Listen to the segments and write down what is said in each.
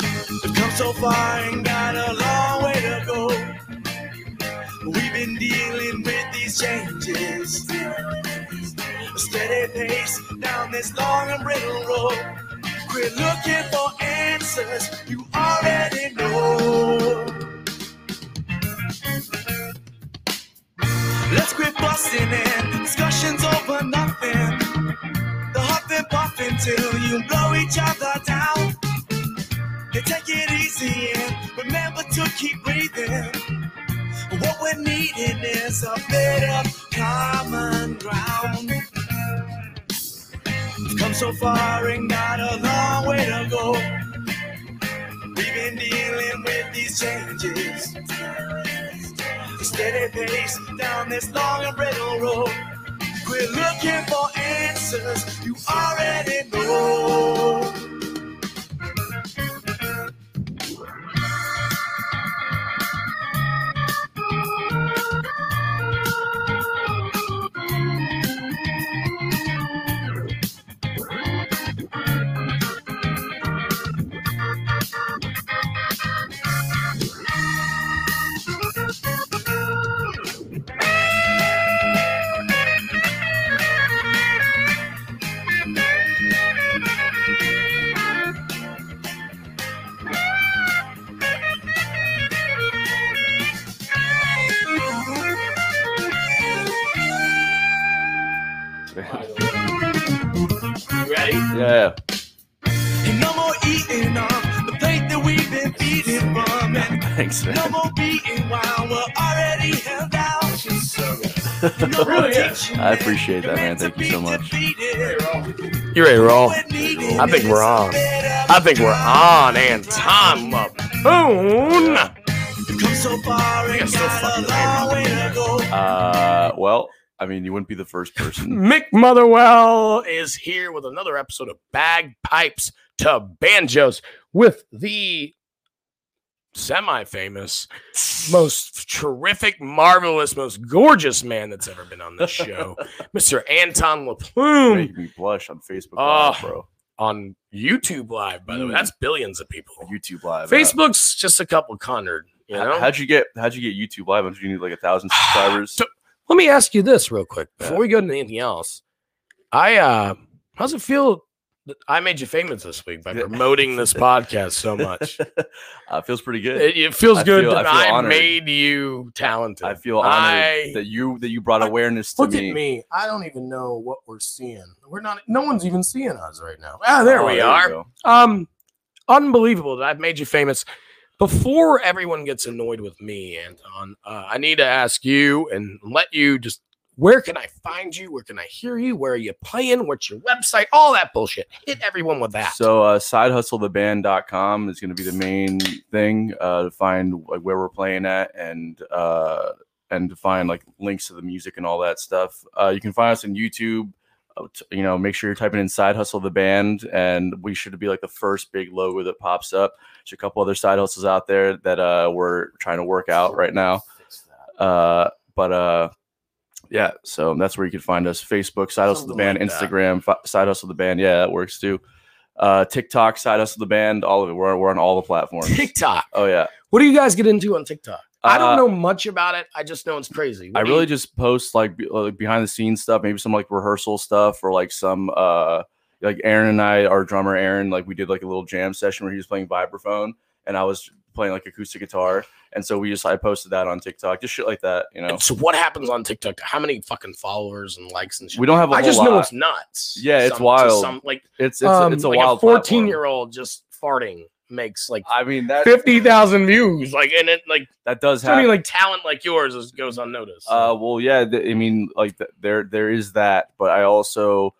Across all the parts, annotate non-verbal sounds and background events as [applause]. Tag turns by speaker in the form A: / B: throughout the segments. A: I've come so far and got a long way to go. We've been dealing with these changes. A steady pace down this long and brittle road. Quit looking for answers you already know. Let's quit busting and discussions over nothing. The huffing puffing till you blow each other down. And take it easy and remember to keep breathing. What we're needing is a bit of common ground. Come so far and got a long way to go. We've been dealing with these changes. A steady pace down this long and brittle road. We're looking for answers you already know.
B: You ready?
C: Yeah.
A: And no more eating off the plate that we've been feeding from. And
C: [laughs] Thanks, man.
A: no more beating while we're already held out.
B: She's so good.
C: [laughs]
A: No more
B: Really is.
A: teaching
C: I
A: them
C: appreciate
A: the
C: that, man.
A: man to
C: Thank you
A: be
C: so much. Oh.
A: defeated.
D: You ready to roll?
A: What we're needing
D: I think we're
A: is a
D: on.
A: bit of
D: I think we're on and time up. Boom!
A: Come so far and
D: You're so
A: got a
D: fucking angry.
A: long way to go.
C: Uh, well, I mean, you wouldn't be the first
D: [laughs]
C: person.
D: Mick Motherwell is here with another episode of Bagpipes to Banjos with the semi famous, most terrific, marvelous, most gorgeous man that's ever been on
C: [laughs]
D: this show, Mr. Anton LaPlume
C: Make me blush on Facebook
D: Oh.
C: Live, bro.
D: on YouTube Live, by the way.
C: Mm.
D: That's billions of people.
C: YouTube Live. uh,
D: Facebook's just a couple hundred, you
C: h-
D: know?
C: How'd you get? How'd you get YouTube Live? Don't you need like a thousand subscribers?
D: [sighs] So- Let me ask you this real quick before
C: Yeah.
D: we go into anything else. I uh how's it feel that I made you famous this week by
C: Yeah. [laughs]
D: promoting this podcast so [laughs] much?
C: uh, feels pretty good.
D: It, it feels
C: I
D: good
C: feel- I
D: that
C: feel
D: I,
C: honored.
D: made you talented.
C: I feel honored
D: I-
C: that you that you brought
D: I-
C: awareness to
D: Look
C: me.
D: at me. I don't even know what we're seeing. We're not no one's even seeing us right now. Ah, there
C: Oh,
D: we
C: you
D: are.
C: go.
D: Um unbelievable that I've made you famous. Before everyone gets annoyed with me, Anton, uh, I need to ask you and let you just where can I find you? Where can I hear you? Where are you playing? What's your website? All that bullshit. Hit everyone with that.
C: So uh, sidehustletheband.com is going to be the main thing uh, to find like, where we're playing at and uh, and to find like links to the music and all that stuff. Uh, you can find us on YouTube. Uh, t- You know, make sure you're typing in "side hustle the band," and we should be like the first big logo that pops up. There's a couple other side hustles out there that uh, we're trying to work out right now. Uh, but uh, yeah, so that's where you can find us: Facebook, Side Hustle the
D: Something
C: Band,
D: like that.
C: Instagram, fi- Side Hustle the Band. Yeah, that works too. Uh, TikTok, Side Hustle the Band, all of it. We're, we're on all the platforms.
D: TikTok.
C: Oh yeah,
D: What do you guys get into on TikTok? I
C: Uh,
D: don't know much about it. I just know it's crazy.
C: I
D: What do you-
C: really just post like, be, like behind the scenes stuff, maybe some like rehearsal stuff or like some uh like Aaron and I, our drummer Aaron, like we did like a little jam session where he was playing vibraphone and I was playing like acoustic guitar, and so we just I posted that on TikTok, just shit like that, you know.
D: And So what happens on TikTok? How many fucking followers and likes and shit?
C: We don't have a
D: I
C: whole
D: just
C: lot.
D: know it's nuts.
C: Yeah, it's
D: to
C: wild.
D: like
C: it's it's,
D: um,
C: it's a
D: like
C: wild
D: a fourteen
C: platform.
D: year old just farting makes like
C: I mean that
D: fifty thousand views. Like and it like
C: that does happen.
D: something like talent like yours is, goes unnoticed.
C: Uh, well, yeah. Th- I mean, like th- there there is that, but I also,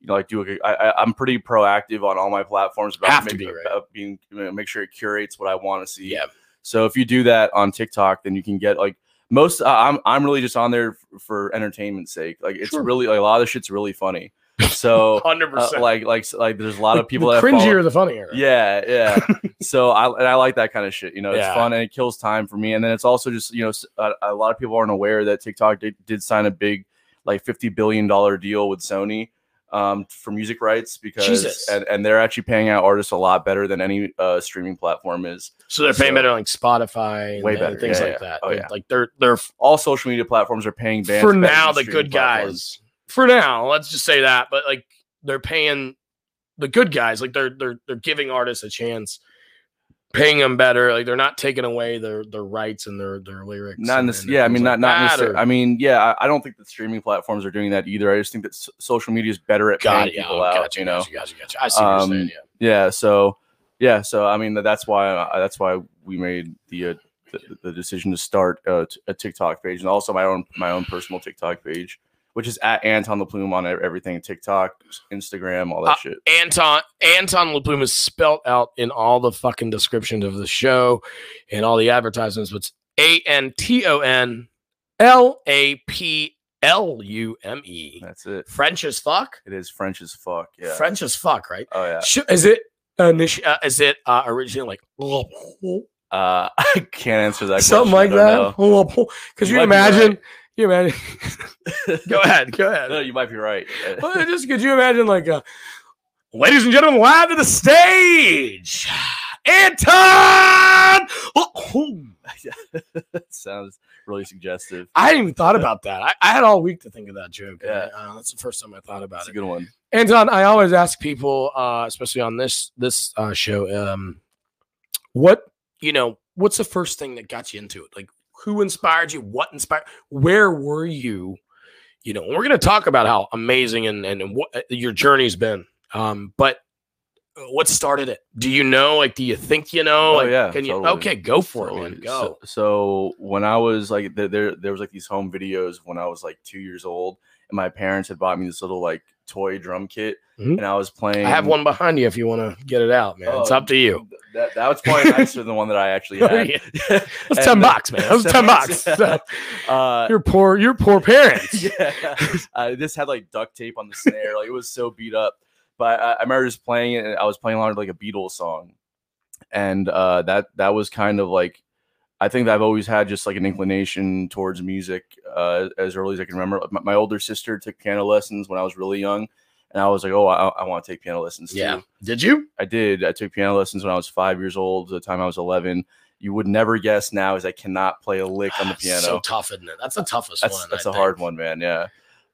C: you know, like do a, I, I, I'm pretty proactive on all my platforms about,
D: Have to
C: make-
D: be, right?
C: about being you know, make sure it curates what I want to see.
D: yeah,
C: So if you do that on TikTok, then you can get like most. Uh, I'm I'm really just on there f- for entertainment's sake. Like it's
D: Sure.
C: really like, a lot of the shit's really funny. So
D: [laughs] hundred
C: uh,
D: percent.
C: like like like there's a lot of people
D: the
C: that I
D: cringier
C: follow-
D: the funnier.
C: yeah,
D: [laughs]
C: yeah. so I and I like that kind of shit. You know, it's
D: Yeah.
C: fun and it kills time for me. And then it's also just you know s- a, a lot of people aren't aware that TikTok did, did sign a big like fifty billion dollar deal with Sony. um, for music rights because
D: Jesus.
C: and, and they're actually paying out artists a lot better than any uh, streaming platform is.
D: So they're paying
C: So-
D: better like Spotify, and
C: Way
D: the-
C: better,
D: things
C: yeah,
D: like
C: yeah.
D: that.
C: Oh, yeah.
D: Like they're they're
C: All social media platforms are paying bands
D: for
C: better than
D: now the
C: streaming
D: good
C: platforms.
D: guys. For now, let's just say that. But like they're paying the good guys, like they're they're they're giving artists a chance, paying them better. Like they're not taking away their their rights and their their lyrics.
C: Not in
D: and-
C: this,
D: and
C: yeah. I
D: things
C: mean, not
D: like
C: not
D: that,
C: necessarily.
D: or-
C: I mean, yeah. I, I don't think that streaming platforms are doing that either. I just think that s- social media is better at
D: God,
C: paying
D: yeah,
C: people
D: oh,
C: out.
D: gotcha,
C: you know,
D: gotcha, gotcha, gotcha. I see what you're saying.
C: Um,
D: Yeah.
C: yeah. So, yeah. So I mean, tha- that's why uh, that's why we made the uh, the, the decision to start a, t- a TikTok page and also my own my own personal TikTok page, which is at Anton the Plume on e- everything TikTok, Instagram, all that
D: Uh,
C: shit.
D: Anton Anton LaPlume is spelt out in all the fucking descriptions of the show and all the advertisements. But it's A N T O N L A P L U M E.
C: That's it.
D: French as fuck.
C: It is French as fuck. Yeah.
D: French as fuck, right?
C: Oh yeah.
D: Sh- Is it initi- uh, is it uh, originally like
C: Uh, [laughs] I can't answer that.
D: something like
C: question. I don't
D: that? [laughs] Could
C: You
D: you
C: might be right.
D: imagine? You imagine? [laughs] go ahead. Go ahead.
C: know. [laughs] No, you might be right.
D: Well, just could you imagine, like, uh, ladies and gentlemen, live to the stage, Anton. Oh,
C: [laughs] sounds really suggestive.
D: I hadn't even thought about that. I, I had all week to think of that joke. and,
C: Yeah.
D: uh, that's the first time I thought about
C: That's a
D: it.
C: good one.
D: Anton, I always ask people, uh, especially on this this uh, show, um, what you know, what's the first thing that got you into it? Like, who inspired you? What inspired? Where were you? You know, we're going to talk about how amazing and and what uh, your journey's been. Um, but uh, what started it? Do you know? Like, do you think you know?
C: Oh,
D: Like,
C: yeah,
D: Can you?
C: totally.
D: Okay, go for it,
C: Totally.
D: man.
C: So,
D: Go.
C: so when I was like there, there, there was like these home videos when I was like two years old, and my parents had bought me this little like toy drum kit,
D: Mhm.
C: and I was playing.
D: I have one behind you if you want to get it out, man. it's
C: Oh,
D: up to you.
C: That, that was probably nicer than the one that I actually had.
D: [laughs] Yeah.
C: And,
D: That's ten
C: uh, [laughs]
D: bucks, man. That was ten bucks.
C: yeah.
D: [laughs]
C: Uh,
D: Your poor, your poor [laughs]
C: [laughs]
D: parents.
C: yeah, uh, this had like duct tape on the snare. Like it was so beat up. But I, I remember just playing it. And I was playing along with like a Beatles song, and uh, that that was kind of like I think I've always had just like an inclination towards music uh, as early as I can remember. My, my older sister took piano lessons when I was really young, and I was like, oh, I, I want to take piano lessons too.
D: Yeah. Did you?
C: I did. I took piano lessons when I was five years old. The time I was eleven. You would never guess now, is I cannot play a lick on the piano
D: So tough, isn't it? That's the toughest
C: that's,
D: one.
C: That's
D: a
C: a hard one, man. Yeah.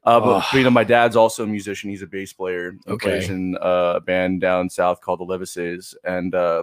C: Uh, but
D: Ugh.
C: you know, my dad's also a musician. He's a bass player. He plays
D: Okay.
C: in uh, a band down south called the Levises, and uh,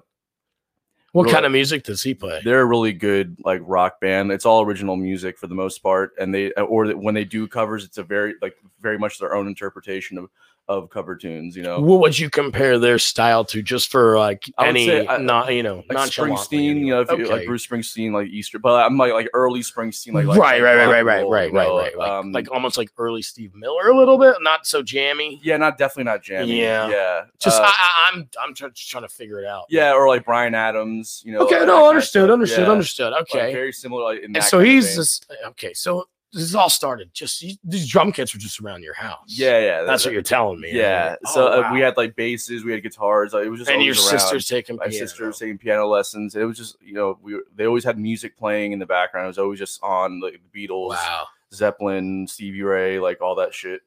D: What
C: Really?
D: kind of music does he play?
C: they're a really good like rock band. It's all original music for the most part, and they uh, or that when they do covers, it's a very like very much their own interpretation of of cover tunes. You know,
D: What would you compare their style to, just for like
C: I would
D: any,
C: say, I-
D: not you know,
C: like
D: nonchalantly
C: Springsteen, you know, if
D: anyway.
C: you,
D: okay.
C: like Bruce Springsteen, like Easter. But I'm like like early Springsteen, like, like
D: right,
C: like
D: right, right,
C: rock
D: right,
C: and
D: right,
C: roll,
D: right,
C: you know,
D: right, right, like,
C: um,
D: like almost like early Steve Miller a little bit, not so jammy.
C: yeah, not definitely not jamming.
D: Yeah.
C: yeah,
D: Just
C: Uh,
D: I, I, I'm, I'm tr- just trying to figure it out.
C: Yeah, or like Brian Adams, you know.
D: okay.
C: like that kind
D: No.
C: of
D: Understood.
C: stuff.
D: Understood.
C: Yeah,
D: Understood.
C: like,
D: Okay.
C: very similar. Like, in
D: and
C: that
D: so
C: kind of
D: he's
C: vein.
D: just okay. So this is all started. Just you- these drum kits were just around your house.
C: Yeah, yeah.
D: That's what you're telling me.
C: Yeah.
D: and I'm like,
C: so
D: oh,
C: uh, we
D: wow.
C: had like basses, we had guitars. Like, it was just
D: and your
C: always around.
D: sister's taking
C: My
D: piano.
C: sister's taking piano lessons. It was just you know we were, they always had music playing in the background. It was always just on like the Beatles,
D: Wow.
C: Zeppelin, Stevie Ray, like all that shit.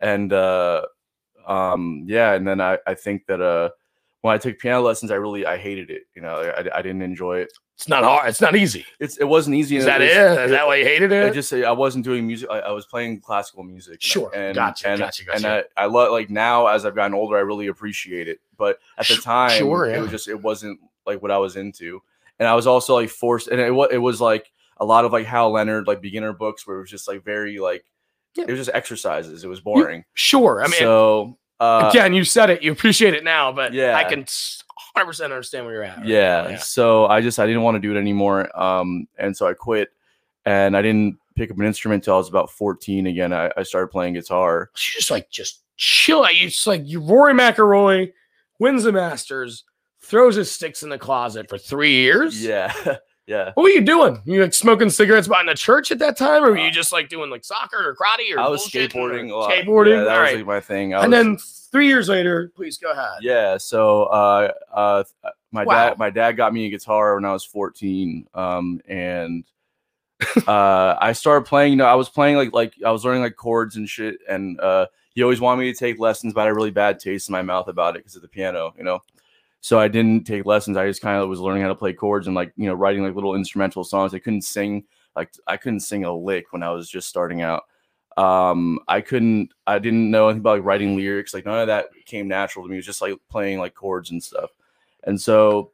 C: And uh um yeah, and then I I think that uh when I took piano lessons, I really I hated it. You know, I, I didn't enjoy it.
D: It's not hard. It's not easy.
C: It's it wasn't easy.
D: Is
C: and
D: that it?
C: was-
D: Is that why you hated
C: I
D: it?
C: just say I wasn't doing music. I, I was playing classical music. and I-
D: Sure.
C: And,
D: Gotcha,
C: And,
D: gotcha,
C: And I,
D: gotcha.
C: I love like now as I've gotten older, I really appreciate it. But at the
D: Sh-
C: time,
D: sure,
C: it
D: yeah.
C: was just it wasn't like what I was into. And I was also like forced, and it was it was like a lot of like Hal Leonard like beginner books where it was just like very like
D: Yeah.
C: it was just exercises. It was boring.
D: sure. I mean,
C: so uh,
D: again, you said it. You appreciate it now, but I
C: Yeah.
D: can 100 percent understand where you're at. right
C: yeah,
D: now, yeah.
C: so i just i didn't want to do it anymore um and so i quit and i didn't pick up an instrument until i was about 14 again i, I started playing guitar
D: She's just like just chill. out. You just like you Rory McIlroy wins the Masters, throws his sticks in the closet for three years.
C: yeah [laughs] yeah
D: What were you doing? You like smoking cigarettes behind the church at that time, or were
C: Uh,
D: you just like doing like soccer or karate or
C: I was
D: bullshitting or
C: skateboarding a lot.
D: Skateboarding.
C: Yeah, that
D: All
C: was
D: right.
C: like my thing. I
D: and
C: was-
D: then three years later, please go ahead.
C: yeah, so uh, uh, my
D: Wow.
C: dad my dad got me a guitar when I was 14, um, and uh, I started playing. You know, I was playing like like I was learning like chords and shit, and uh, he always wanted me to take lessons, but I had a really bad taste in my mouth about it because of the piano, you know. So I didn't take lessons. I just kind of was learning how to play chords and like you know writing like little instrumental songs. I couldn't sing like I couldn't sing a lick when I was just starting out. Um, I couldn't. I didn't know anything about like writing lyrics. Like none of that came natural to me. It was just like playing like chords and stuff. And so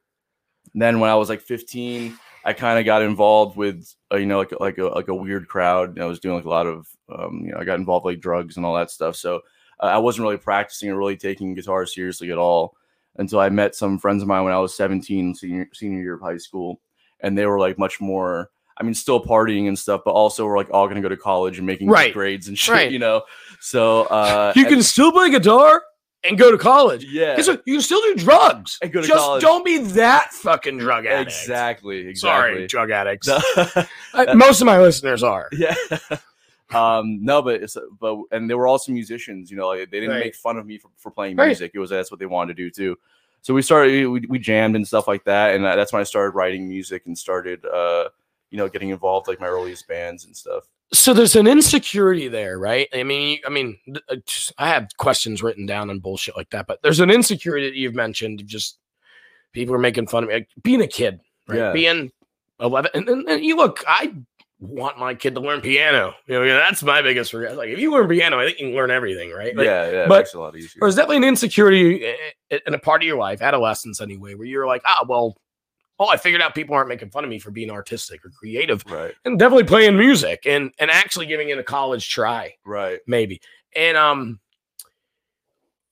C: then when I was like 15, I kind of got involved with uh, you know like like a like a weird crowd. I was doing like a lot of um, you know I got involved with, like drugs and all that stuff. So uh, I wasn't really practicing or really taking guitar seriously at all until I met some friends of mine when I was 17, senior senior year of high school, and they were like much more. I mean, still partying and stuff, but also we're like all gonna go to college and making good
D: Right.
C: grades and [laughs] shit,
D: Right.
C: you know. So uh,
D: you
C: and-
D: can still play guitar and go to college.
C: yeah,
D: Guess what? You can still do drugs.
C: And go to
D: Just
C: college.
D: don't be that fucking drug addict.
C: exactly, exactly.
D: Sorry, drug addicts.
C: [laughs] No.
D: I- most of my listeners are.
C: yeah [laughs] um no but it's but and they were also musicians you know like they didn't
D: Right.
C: make fun of me for, for playing
D: Right.
C: music it was that's what they wanted to do too so we started we, we jammed and stuff like that and that's when i started writing music and started uh you know getting involved like my earliest bands and stuff
D: so there's an insecurity there, right? I mean, you- I mean, th- uh, just- I have questions written down and bullshit like that, but there's an insecurity that you've mentioned. of Just people are making fun of me, like being a kid, right?
C: Yeah.
D: Being 11, and, and, and you look, I want my kid to learn piano. You know, that's my biggest regret. Like, if you learn piano, I think you can learn everything, right? Like,
C: yeah yeah it
D: but-
C: makes it a lot easier
D: Or is definitely an insecurity i- i- in a part of your life, adolescence anyway, where you're like, ah, well, oh, I figured out people aren't making fun of me for being artistic or creative
C: right
D: and definitely playing music and and actually giving it a college try
C: right
D: maybe and um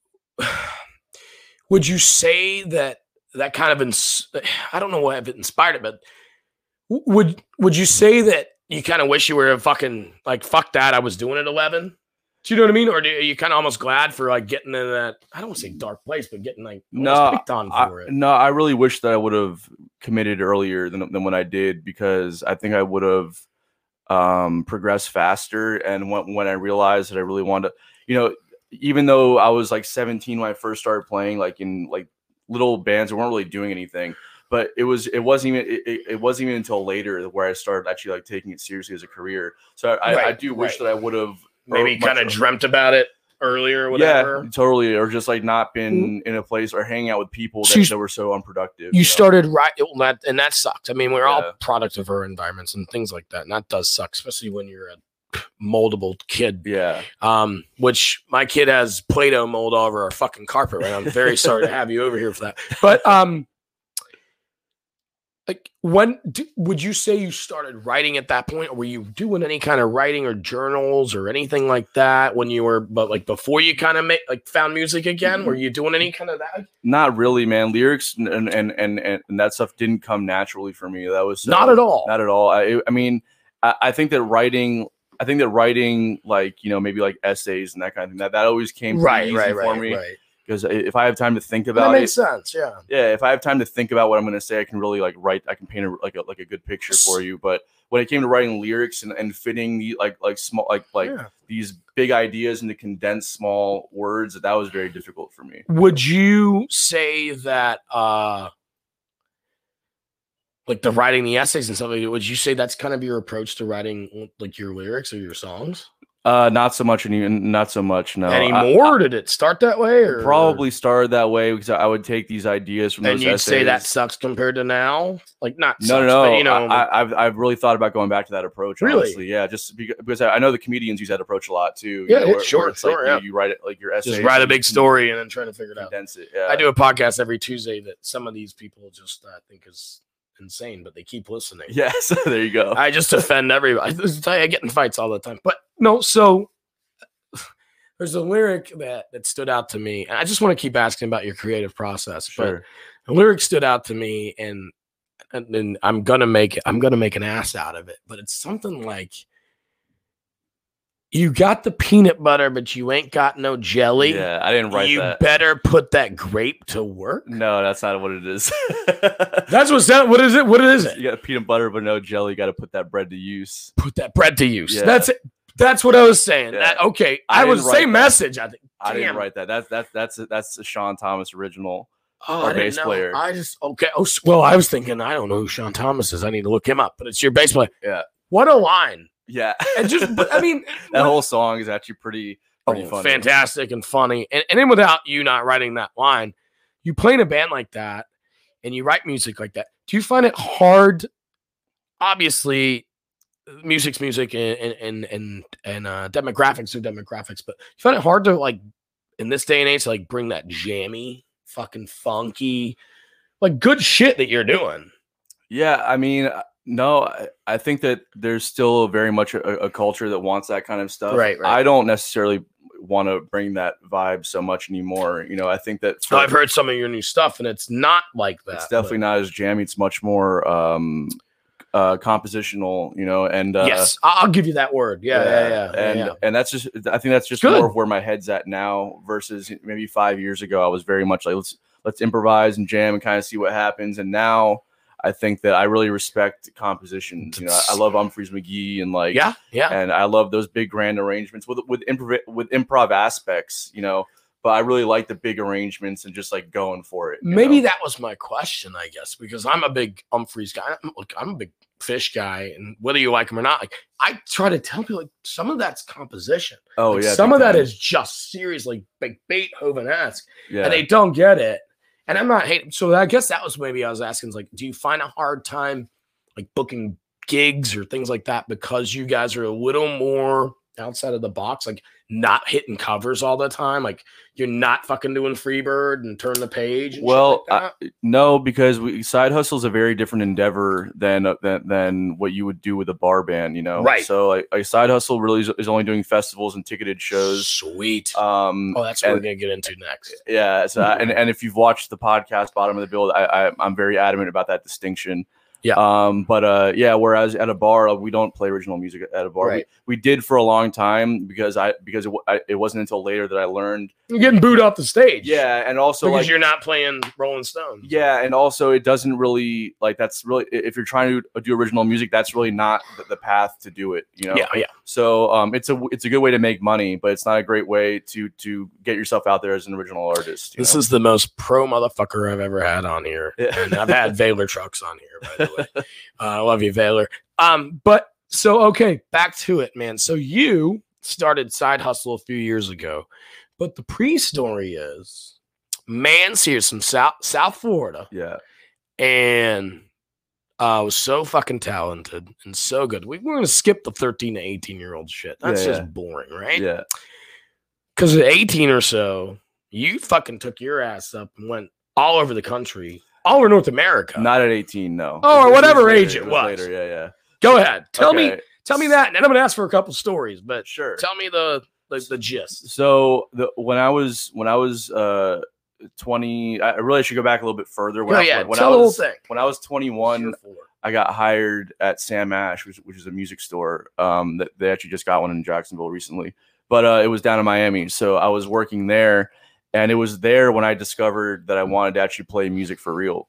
D: [sighs] would you say that that kind of ins- [sighs] i don't know what if it inspired it but w- would would you say that you kind of wish you were a fucking like fuck that i was doing at 11 do you know what i mean or do, are you kind of almost glad for like getting in that i don't want to say dark place but getting like almost
C: No,
D: picked on
C: I,
D: for it
C: no, I really wish that I would have committed earlier than than when I did because I think I would have um, progressed faster. And when when I realized that I really wanted, to, you know, even though I was like 17 when I first started playing, like in like little bands that weren't really doing anything. But it was it wasn't even it, it- it wasn't even until later where I started actually like taking it seriously as a career. So I, I, I
D: Right,
C: do wish that
D: right.
C: I would have
D: maybe kind of dreamt about it earlier or whatever
C: yeah, totally, or just like not been in a place or hanging out with people
D: So
C: that,
D: you-
C: that were so unproductive.
D: Mm-hmm. you
C: know?
D: started right well, that, and that sucks i mean we're
C: Yeah.
D: all product of our environments and things like that and that does suck especially when you're a moldable kid
C: Yeah.
D: um which my kid has play-doh mold all over our fucking carpet right now. i'm very sorry to have you over here for
C: [laughs]
D: that but um like when d would you say you started writing at that point or were you doing any kind of writing or journals or anything like that when you were but like before you kind of make like found music
C: Mm-hmm.
D: again were you doing any kind of that
C: Not really, man. Lyrics and and and and, and that stuff didn't come naturally for me. That was so-
D: not at all
C: Not at all. I I mean, I, I think that writing. I think that writing, like you know, maybe like essays and that kind of thing, that that always came pretty
D: right
C: easy
D: right
C: for
D: right
C: me
D: right
C: because if I have time to think
D: that
C: about it,
D: makes sense. Yeah.
C: yeah, if I have time to think about what I'm going to say, I can really like write. I can paint a, like a, like a good picture for you. But when it came to writing lyrics and, and fitting the like like small like like
D: Yeah.
C: these big ideas into condensed small words, that was very difficult for me.
D: Would you say that, uh, like the writing the essays and stuff like that, would you say that's kind of your approach to writing like your lyrics or your songs
C: Uh, not so much, and not so much. No, I-
D: anymore? or did it start that way? Or
C: probably started that way because I would take these ideas from
D: And
C: those
D: you'd say that
C: essays.
D: sucks compared to now? Like not
C: No,
D: sucks,
C: no,
D: but
C: no.
D: you know,
C: I, I- I've I've really thought about going back to that approach.
D: Really?
C: honestly. yeah. Just beca- because I I know the comedians use that approach a lot too. you
D: Yeah,
C: know,
D: it- sure,
C: it's like
D: sure,
C: you-
D: yeah.
C: You, write it like your essays.
D: just write a
C: and
D: big story and then trying to figure it out.
C: Condense it. Yeah. [laughs]
D: I do a podcast every Tuesday that some of these people just I think is insane, but they keep listening.
C: Yeah, so [laughs] there you go.
D: I just offend everybody. [laughs] I tell you, I get in fights all the time. But no, so there's a lyric that that stood out to me. And I just want to keep asking about your creative process. But the lyric stood out to me, and and, and I'm gonna make I'm gonna make an ass out of it. But it's something like. You got the peanut butter, but you ain't got no jelly.
C: Yeah, I didn't write
D: you
C: that.
D: better put that grape to work.
C: No, that's not what it is. [laughs]
D: That's what's that. What is it? What is it?
C: you got peanut butter, but no jelly. You got to put that bread to use.
D: put that bread to use.
C: Yeah.
D: That's it. That's what I was saying.
C: Yeah.
D: That- okay,
C: I
D: I, was
C: didn't
D: the
C: write
D: same
C: that.
D: message. I think.
C: I didn't
D: Damn.
C: write that. That's that's that's a, that's a Sean Thomas original. Our
D: Oh, I didn't
C: bass
D: know.
C: player.
D: I just okay. Oh, s- well, I was thinking. I don't know who Sean Thomas is. I need to look him up. But it's your bass player.
C: Yeah.
D: What a line!
C: Yeah, [laughs]
D: And just, but, I mean,
C: that
D: what-
C: whole song is actually pretty. pretty
D: oh,
C: funny.
D: fantastic and funny. And, and then without you not writing that line, you play in a band like that and you write music like that. Do you find it hard? Obviously, music's music and and and and, and uh, demographics are demographics, but you find it hard to like in this day and age, like bring that jammy, fucking funky, like good shit that you're doing.
C: Yeah, I mean, uh, no, I, I think that there's still very much a, a culture that wants that kind of stuff.
D: Right, right.
C: I don't necessarily want to bring that vibe so much anymore. You know, I think that
D: So I've heard some of your new stuff, and it's not like that.
C: it's definitely not as jammy. It's much more um, uh, compositional. You know, and uh,
D: yes, I- I'll give you that word. Yeah, yeah, yeah. yeah,
C: and
D: yeah.
C: and that's just I think that's just
D: Good.
C: more of where my head's at now versus maybe five years ago. I was very much like let's let's improvise and jam and kind of see what happens. And now I think that I really respect composition. You know, I, I love Humphreys McGee and like
D: yeah, yeah.
C: and I love those big grand arrangements with with improv with improv aspects. You know, but I really like the big arrangements and just like going for it. you
D: Maybe
C: know?
D: that was my question, I guess, because I'm a big Humphreys guy. I'm, look, I'm a big fish guy, and whether you like him or not, like I try to tell people, like some of that's composition.
C: oh
D: Like,
C: yeah,
D: some
C: big
D: of that
C: time.
D: is just seriously like Beethoven esque,
C: yeah.
D: and they don't get it. And I'm not hating. So I guess that was maybe I was asking, is, like, do you find a hard time like booking gigs or things like that because you guys are a little more outside of the box, like not hitting covers all the time, like you're not fucking doing Freebird and Turn the Page. And
C: Well,
D: shit like
C: I-
D: that?
C: No, because we, side hustle is a very different endeavor than, uh, than than what you would do with a bar band, you know.
D: Right.
C: So like, a side hustle really is, is only doing festivals and ticketed shows.
D: Sweet.
C: Um,
D: oh, Mm-hmm. that's what
C: and-
D: we're gonna get into next.
C: yeah. So I- and and if you've watched the podcast, bottom of the build, I, I I'm very adamant about that distinction.
D: Yeah.
C: Um. But uh. Yeah. Whereas at a bar, uh, we don't play original music at a bar.
D: Right.
C: We, we did for a long time because I because it, wa- I, it wasn't until later that I learned.
D: You're getting booed off the stage.
C: Yeah. And also
D: because
C: like
D: you're not playing Rolling Stones.
C: yeah and also it doesn't really like that's really i- if you're trying to do original music that's really not the, the path to do it you know
D: yeah, yeah.
C: so um it's a it's a good way to make money but it's not a great way to to get yourself out there as an original artist you
D: This
C: know?
D: is the most pro motherfucker I've ever had on here.
C: Yeah.
D: [laughs] And I've had Valor trucks on here, by the way. Uh, I love you, Valor. Um, but so okay, back to it, man. So you started side hustle a few years ago, but the pre-story is man's here from South South Florida.
C: yeah
D: and uh, was so fucking talented and so good. We, we're going to skip the 13 to 18 year old shit. That's
C: Yeah,
D: just
C: yeah.
D: boring, right?
C: yeah
D: Because at 18 or so, you fucking took your ass up and went all over the country, all over North America.
C: not at 18 no
D: Oh, or
C: It was
D: whatever
C: later,
D: age it was.
C: later yeah yeah
D: Go ahead, tell me,
C: Okay,
D: tell me that, and then I'm going to ask for a couple stories, but
C: sure
D: tell me the the, the gist.
C: so the when i was when i was uh 20 i I really should go back a little bit further when
D: Oh,
C: I,
D: yeah,
C: when,
D: tell
C: I
D: the whole
C: was
D: thing.
C: when i was 21
D: Sure for.
C: I got hired at Sam Ash, which, which is a music store. Um, that they actually just got one in Jacksonville recently, but uh, it was down in Miami. So I was working there, and it was there when I discovered that I wanted to actually play music for real.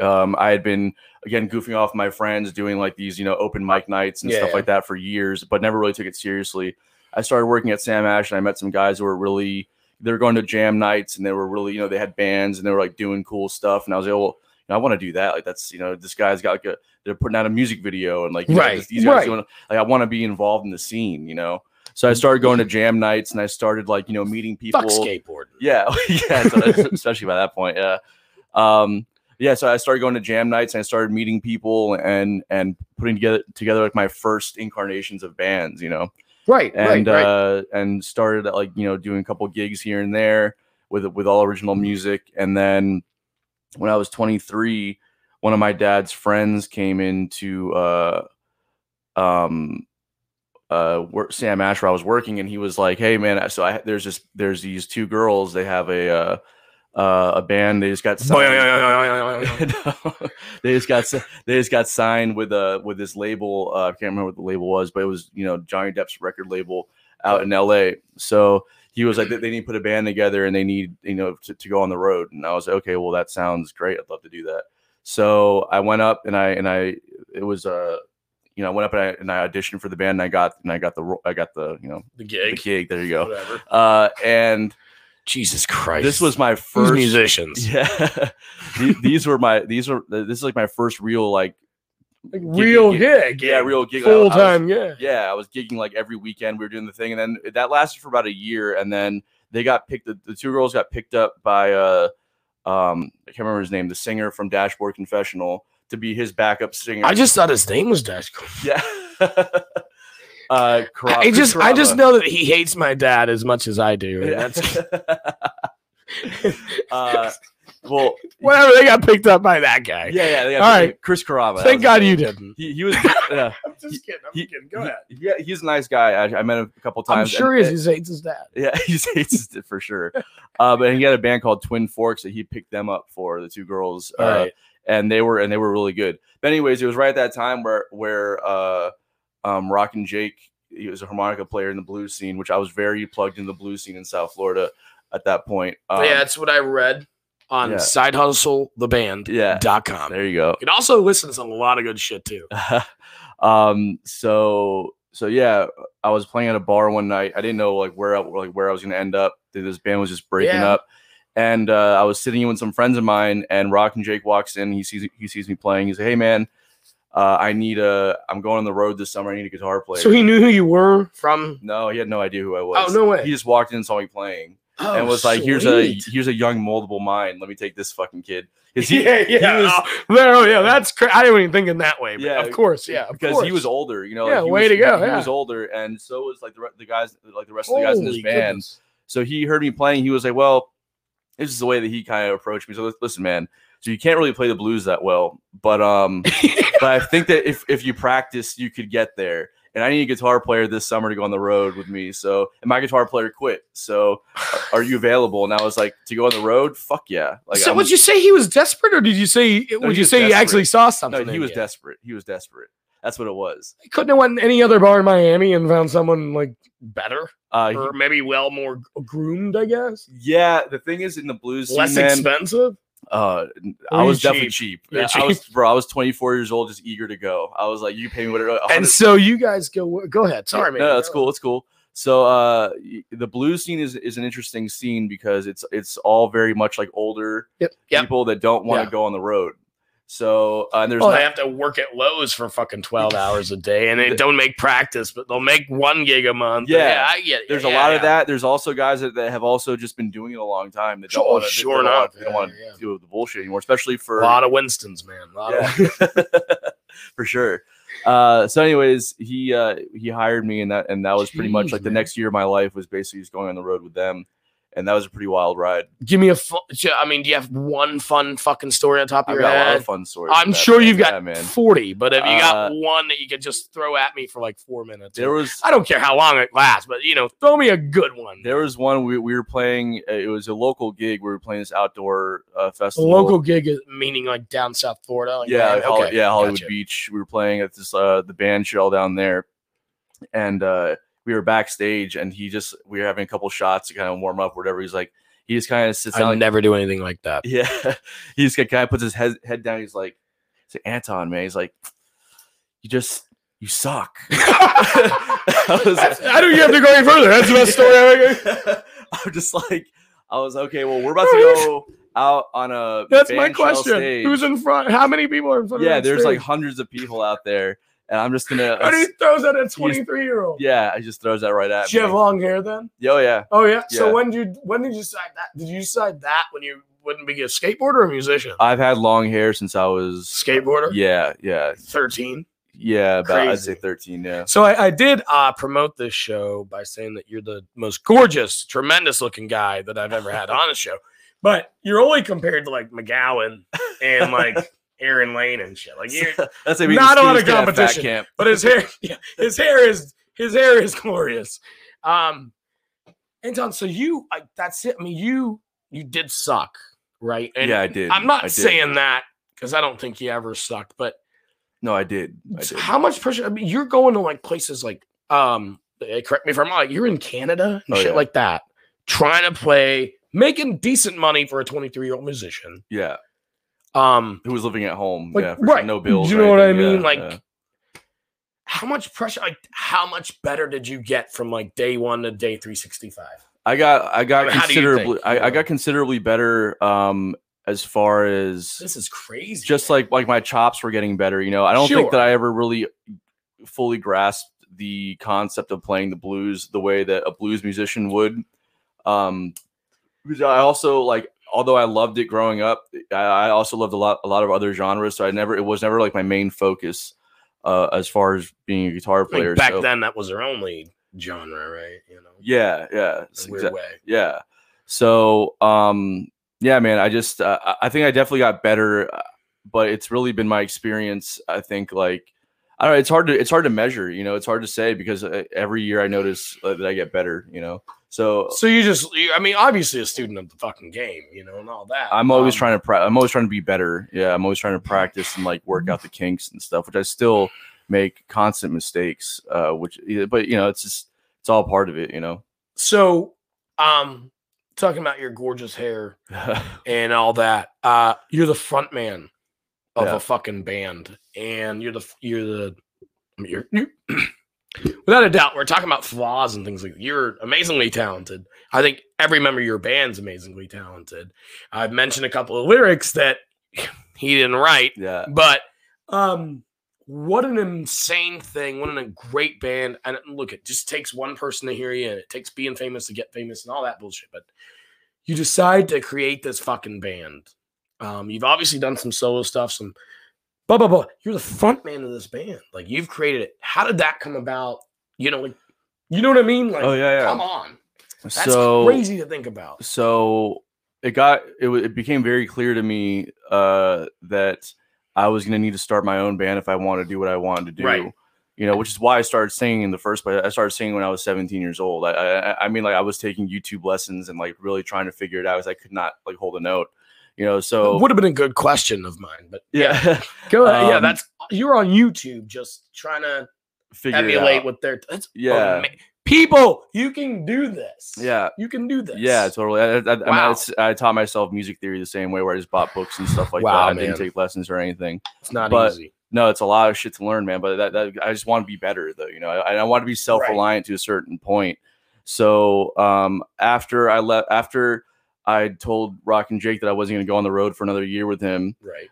C: Um, I had been again goofing off my friends, doing like these you know open mic nights and
D: Yeah,
C: stuff
D: yeah.
C: like that for years, but never really took it seriously. I started working at Sam Ash, and I met some guys who were really they were going to jam nights, and they were really you know they had bands and they were like doing cool stuff, and I was like, well. you know, I want to do that. Like that's you know, this guy's got like a, they're putting out a music video and like you know,
D: Right,
C: this- these guys
D: right.
C: doing like I want to be involved in the scene, you know. So I started going to jam nights and I started like you know meeting people.
D: Fuck skateboarding.
C: Yeah, [laughs] yeah, so that's- especially by that point, yeah. Um, yeah, so I started going to jam nights and I started meeting people and and putting together together like my first incarnations of bands, you know
D: Right,
C: and
D: right, right.
C: uh and started at, like you know doing a couple gigs here and there with with all original
D: Mm-hmm.
C: music and then when i was 23 one of my dad's friends came into uh um uh wor- sam asher i was working and he was like hey man I- so i there's this there's these two girls they have a uh uh, a band they just got
D: Oh,
C: signed. [laughs] No. they just got si- they just got signed with uh with this label. Uh, I can't remember what the label was, but it was you know Johnny Depp's record label out in L.A. So he was like, they they need to put a band together and they need you know to, to go on the road. And I was like, okay, well that sounds great. I'd love to do that. So I went up and I and I it was uh you know I went up and I, and I auditioned for the band and I got and I got the ro- I got the you know the
D: the gig,
C: gig. There you go.
D: whatever.
C: Uh, and
D: Jesus Christ,
C: this was my
D: These
C: first [laughs]
D: [laughs] musicians.
C: yeah. The- these were my these were this is like my first real like
D: Like real
C: gig-
D: gig.
C: yeah, real gig. I- I
D: Full
C: was-
D: time, yeah.
C: yeah, I was gigging like every weekend. We were doing the thing, and then that lasted for about a year. And then they got picked. The, the two girls got picked up by uh, um, I can't remember his name, the singer from Dashboard Confessional, to be his backup singer.
D: I just thought his name was Dash.
C: yeah. [laughs] uh, Kara-
D: I just I just
C: Kurama.
D: know that he hates my dad as much as I do. and that's-
C: [laughs] uh, well,
D: whatever they got picked up by that guy.
C: yeah, yeah. They got
D: All
C: the-
D: right.
C: Chris Carava.
D: Thank God you didn't.
C: He, he was. Yeah,
D: I'm
C: just
D: kidding. I'm
C: he-
D: kidding.
C: He, yeah, he's a nice guy. I, I met him a couple times.
D: I'm
C: and-
D: sure he is. He hates his dad.
C: Yeah, [laughs] he's hates it for sure. Uh, but he had a band called Twin Forks that he picked them up for the two girls, uh,
D: All right.
C: and they were and they were really good. But anyways, it was right at that time where where uh, um, Rock and Jake, he was a harmonica player in the blues scene, which I was very plugged in the blues scene in South Florida at that point. Um,
D: Oh, yeah, that's what I read on
C: yeah.
D: sidehustletheband.com.
C: yeah.
D: You
C: There Oh, you go.
D: can also listen to a lot of good shit too.
C: [laughs] um so so yeah i was playing at a bar one night i didn't know like where I, like where i was gonna end up this band was just breaking
D: Yeah.
C: up and uh, i was sitting in with some friends of mine and rock and jake walks in he sees he sees me playing he's like hey man uh, i need a i'm going on the road this summer i need a guitar player
D: So he knew who you were from.
C: no he had no idea who i was
D: Oh, no way. Oh,
C: he just walked in and saw me playing and was like here's a here's a young moldable mind let me take this fucking kid 'Cause he,
D: [laughs] yeah, yeah.
C: he was-
D: oh, there- oh, yeah, that's cra- I didn't even think in that way. But
C: Yeah,
D: of course, yeah, of
C: because he
D: course.
C: was older, you know.
D: Yeah,
C: like, he
D: way
C: was,
D: to go,
C: He
D: yeah.
C: was older, and so was like the, re- the guys, like the rest of the guys in this
D: Holy
C: band.
D: goodness.
C: So he heard me playing. He was like, "Well, this is the way that he kind of approached me." So lis- listen, man. So you can't really play the blues that well, but um,
D: [laughs]
C: but I think that if if you practice, you could get there. And I need a guitar player this summer to go on the road with me. So and my guitar player quit. So are you available? And I was like, to go on the road? Fuck yeah! Like,
D: so
C: I'm-
D: would you say he was desperate, or did you say would
C: he
D: you
C: was
D: say he actually
C: desperate.
D: saw something?
C: No, he
D: in
C: was
D: you?
C: desperate. He was desperate. That's what it was.
D: He couldn't have went to any other bar in Miami and found someone like better
C: Uh, he-
D: or maybe well more g- groomed, I guess.
C: yeah, the thing is, in the blues, scene,
D: Less
C: man,
D: expensive.
C: Uh,
D: Or
C: I
D: you
C: was definitely cheap.
D: You're
C: I was, bro. I was 24 years old, just eager to go. I was like, you pay me whatever. a
D: And
C: hundred-
D: so you guys go go ahead. Sorry, man.
C: no, that's cool. It's cool. So, uh, y- the blues scene is, is an interesting scene because it's it's all very much like older
D: Yep. Yep.
C: people that don't want to
D: Yeah. Oh,
C: go on the road. So, uh, and there's
D: Well,
C: not,
D: they have to work at Lowe's for fucking [laughs] twelve hours a day, and they don't make practice, but they'll make one gig a month.
C: Yeah.
D: I get it.
C: there's a
D: Yeah,
C: lot
D: yeah.
C: of that. There's also guys that, that have also just been doing it a long time. That don't
D: Sure,
C: want to. they
D: sure
C: don't
D: enough.
C: Wanna, they don't
D: Yeah,
C: want to
D: yeah.
C: deal with the bullshit anymore, especially for
D: A lot of Winston's, man. A lot of-
C: Yeah. [laughs] for sure. Uh, so, anyways, he uh, he hired me, and that and that was pretty much
D: Jeez,
C: like the
D: man.
C: next year of my life was basically just going on the road with them, and that was a pretty wild ride.
D: Give me a. Fu- ju- I mean, do you have one fun fucking story on top of
C: I
D: your
C: got a lot
D: head?
C: of fun stories.
D: I'm
C: with that,
D: sure
C: man.
D: you've got
C: Yeah, man.
D: forty, but have you got
C: Uh,
D: one that you could just throw at me for like four minutes?
C: There was
D: I don't care how long it lasts, but you know, throw me a good one.
C: there was one we, we were playing. uh, It was a local gig. We were playing this outdoor uh,
D: a
C: festival.
D: local gig, is- meaning like down South Florida. Like
C: yeah,
D: that?
C: Hol- yeah, Hollywood
D: gotcha.
C: Beach. We were playing at this uh the band shell down there, and uh we were backstage, and he just we were having a couple shots to kind of warm up, whatever. He's like, he just kind of sits
D: I
C: down.
D: would never do anything like
C: [laughs]
D: that.
C: Yeah. He just kind of puts his head, head down. He's like, he's like, Anton, man. He's like, you just, you suck. [laughs] I, was-
D: That's- I don't. You
C: [laughs]
D: have to go any further. That's the best story I ever.
C: I'm just like, I was okay. Well, we're about to go out on a.
D: That's my
C: band shell
D: question.
C: stage."
D: Who's in front? How many people are in front? of
C: yeah,
D: that
C: there's like
D: stage?
C: hundreds of people out there, and I'm just gonna.
D: [laughs] How do you throws at a 23 year old?
C: yeah, I just throws that right at
D: Did you
C: me.
D: have long hair then?
C: Yo, yeah.
D: Oh yeah. So
C: Yeah.
D: when did you when did you decide that? Did you decide that when you wouldn't be a skateboarder or a musician?
C: I've had long hair since I was.
D: skateboarder.
C: Uh, Yeah, yeah,
D: 13.
C: yeah. About I'd say
D: Crazy.
C: 13. Yeah.
D: So I, I did uh, promote this show by saying that you're the most gorgeous, tremendous looking guy that I've ever had on the show. But you're only compared to like McGowan and
C: [laughs]
D: like Aaron Lane and shit. Like you're
C: That's maybe the
D: Not
C: skinniest kid
D: on a
C: at Fat
D: competition.
C: Camp.
D: but his hair [laughs] yeah, his hair is his hair is glorious um anton so you I, that's it i mean you you did suck right
C: yeah, I did.
D: i'm not
C: I did.
D: saying that because i don't think you ever sucked but
C: No, I did. I did.
D: how much pressure i mean you're going to like places like um eh, correct me if i'm wrong like, you're in canada
C: Oh,
D: and shit
C: yeah.
D: like that trying to play making decent money for a 23 year old musician
C: yeah,
D: um
C: who was living at home?
D: Like,
C: yeah, for sure,
D: right.
C: No bills.
D: You
C: or
D: know what I
C: anything, yeah,
D: mean? Like,
C: yeah.
D: how much pressure like how much better did you get from like day one to day 365
C: I got, I got
D: I mean, how do you
C: considerably,
D: think, you
C: I, I
D: know?
C: got considerably better. Um, as far as
D: This is crazy.
C: just like like my chops were getting better. You know, I don't
D: Sure.
C: think that I ever really fully grasped the concept of playing the blues the way that a blues musician would. Um, because I also like, although I loved it growing up, I, I also loved a lot a lot of other genres. So I never it was never like my main focus uh, as far as being a guitar
D: Like,
C: player.
D: back
C: so,
D: then, that was their only genre, right? You know,
C: yeah, yeah,
D: in a
C: exa-
D: weird way.
C: yeah so um yeah man i just uh, i I think i definitely got better uh, but it's really been my experience i think like i don't know it's hard to it's hard to measure you know it's hard to say because uh, every year i notice uh, that i get better you know so
D: So you just, you, I mean, obviously a student of the fucking game, you know, and all that.
C: i'm always
D: Um,
C: trying to pra- i'm always trying to be better yeah i'm always trying to practice and like work out the kinks and stuff which i still make constant mistakes uh which but you know it's just it's all part of it you know [laughs]
D: So, um, talking about your gorgeous hair and all that, uh, you're the front man of
C: Yeah.
D: a fucking band, and you're the you're the I mean, you're, you're [clears throat] without a doubt. We're talking about flaws and things like you're amazingly talented. I think every member of your band's amazingly talented. I've mentioned a couple of lyrics that [laughs] he didn't write,
C: yeah
D: but um what an insane thing what an- a great band and look it just takes one person to hear you and it takes being famous to get famous and all that bullshit but you decide to create this fucking band um you've obviously done some solo stuff some blah blah blah you're the front man of this band like you've created it how did that come about you know like you know what i mean like
C: oh yeah yeah
D: come on that's
C: so
D: crazy to think about
C: so it got it, wa- it became very clear to me uh that i was going to need to start my own band if i wanted to do what i wanted to do
D: Right.
C: you know which is why i started singing in the first place i started singing when i was 17 years old I, I i mean like i was taking youtube lessons and like really trying to figure it out because i could not like hold a note you know so
D: would have been a good question of mine but
C: yeah [laughs]
D: go ahead yeah
C: Um,
D: that's you're on youtube just trying to
C: figure it
D: emulate
C: out
D: what they're. That's
C: Yeah.
D: ama- people, you can do this.
C: yeah
D: you can do this.
C: Yeah, totally. I, I, I, mean,
D: Wow.
C: that's- I taught myself music theory the same way, where I just bought books and stuff like
D: Wow,
C: that. I didn't
D: man.
C: take lessons or anything.
D: it's not
C: but-
D: easy.
C: no, it's a lot of shit to learn, man. But that, that I just want to be better, though. You know, I, I want to be self reliant to a certain point. So um, after I left, after I told Rock and Jake that I wasn't going to go on the road for another year with him,
D: Right.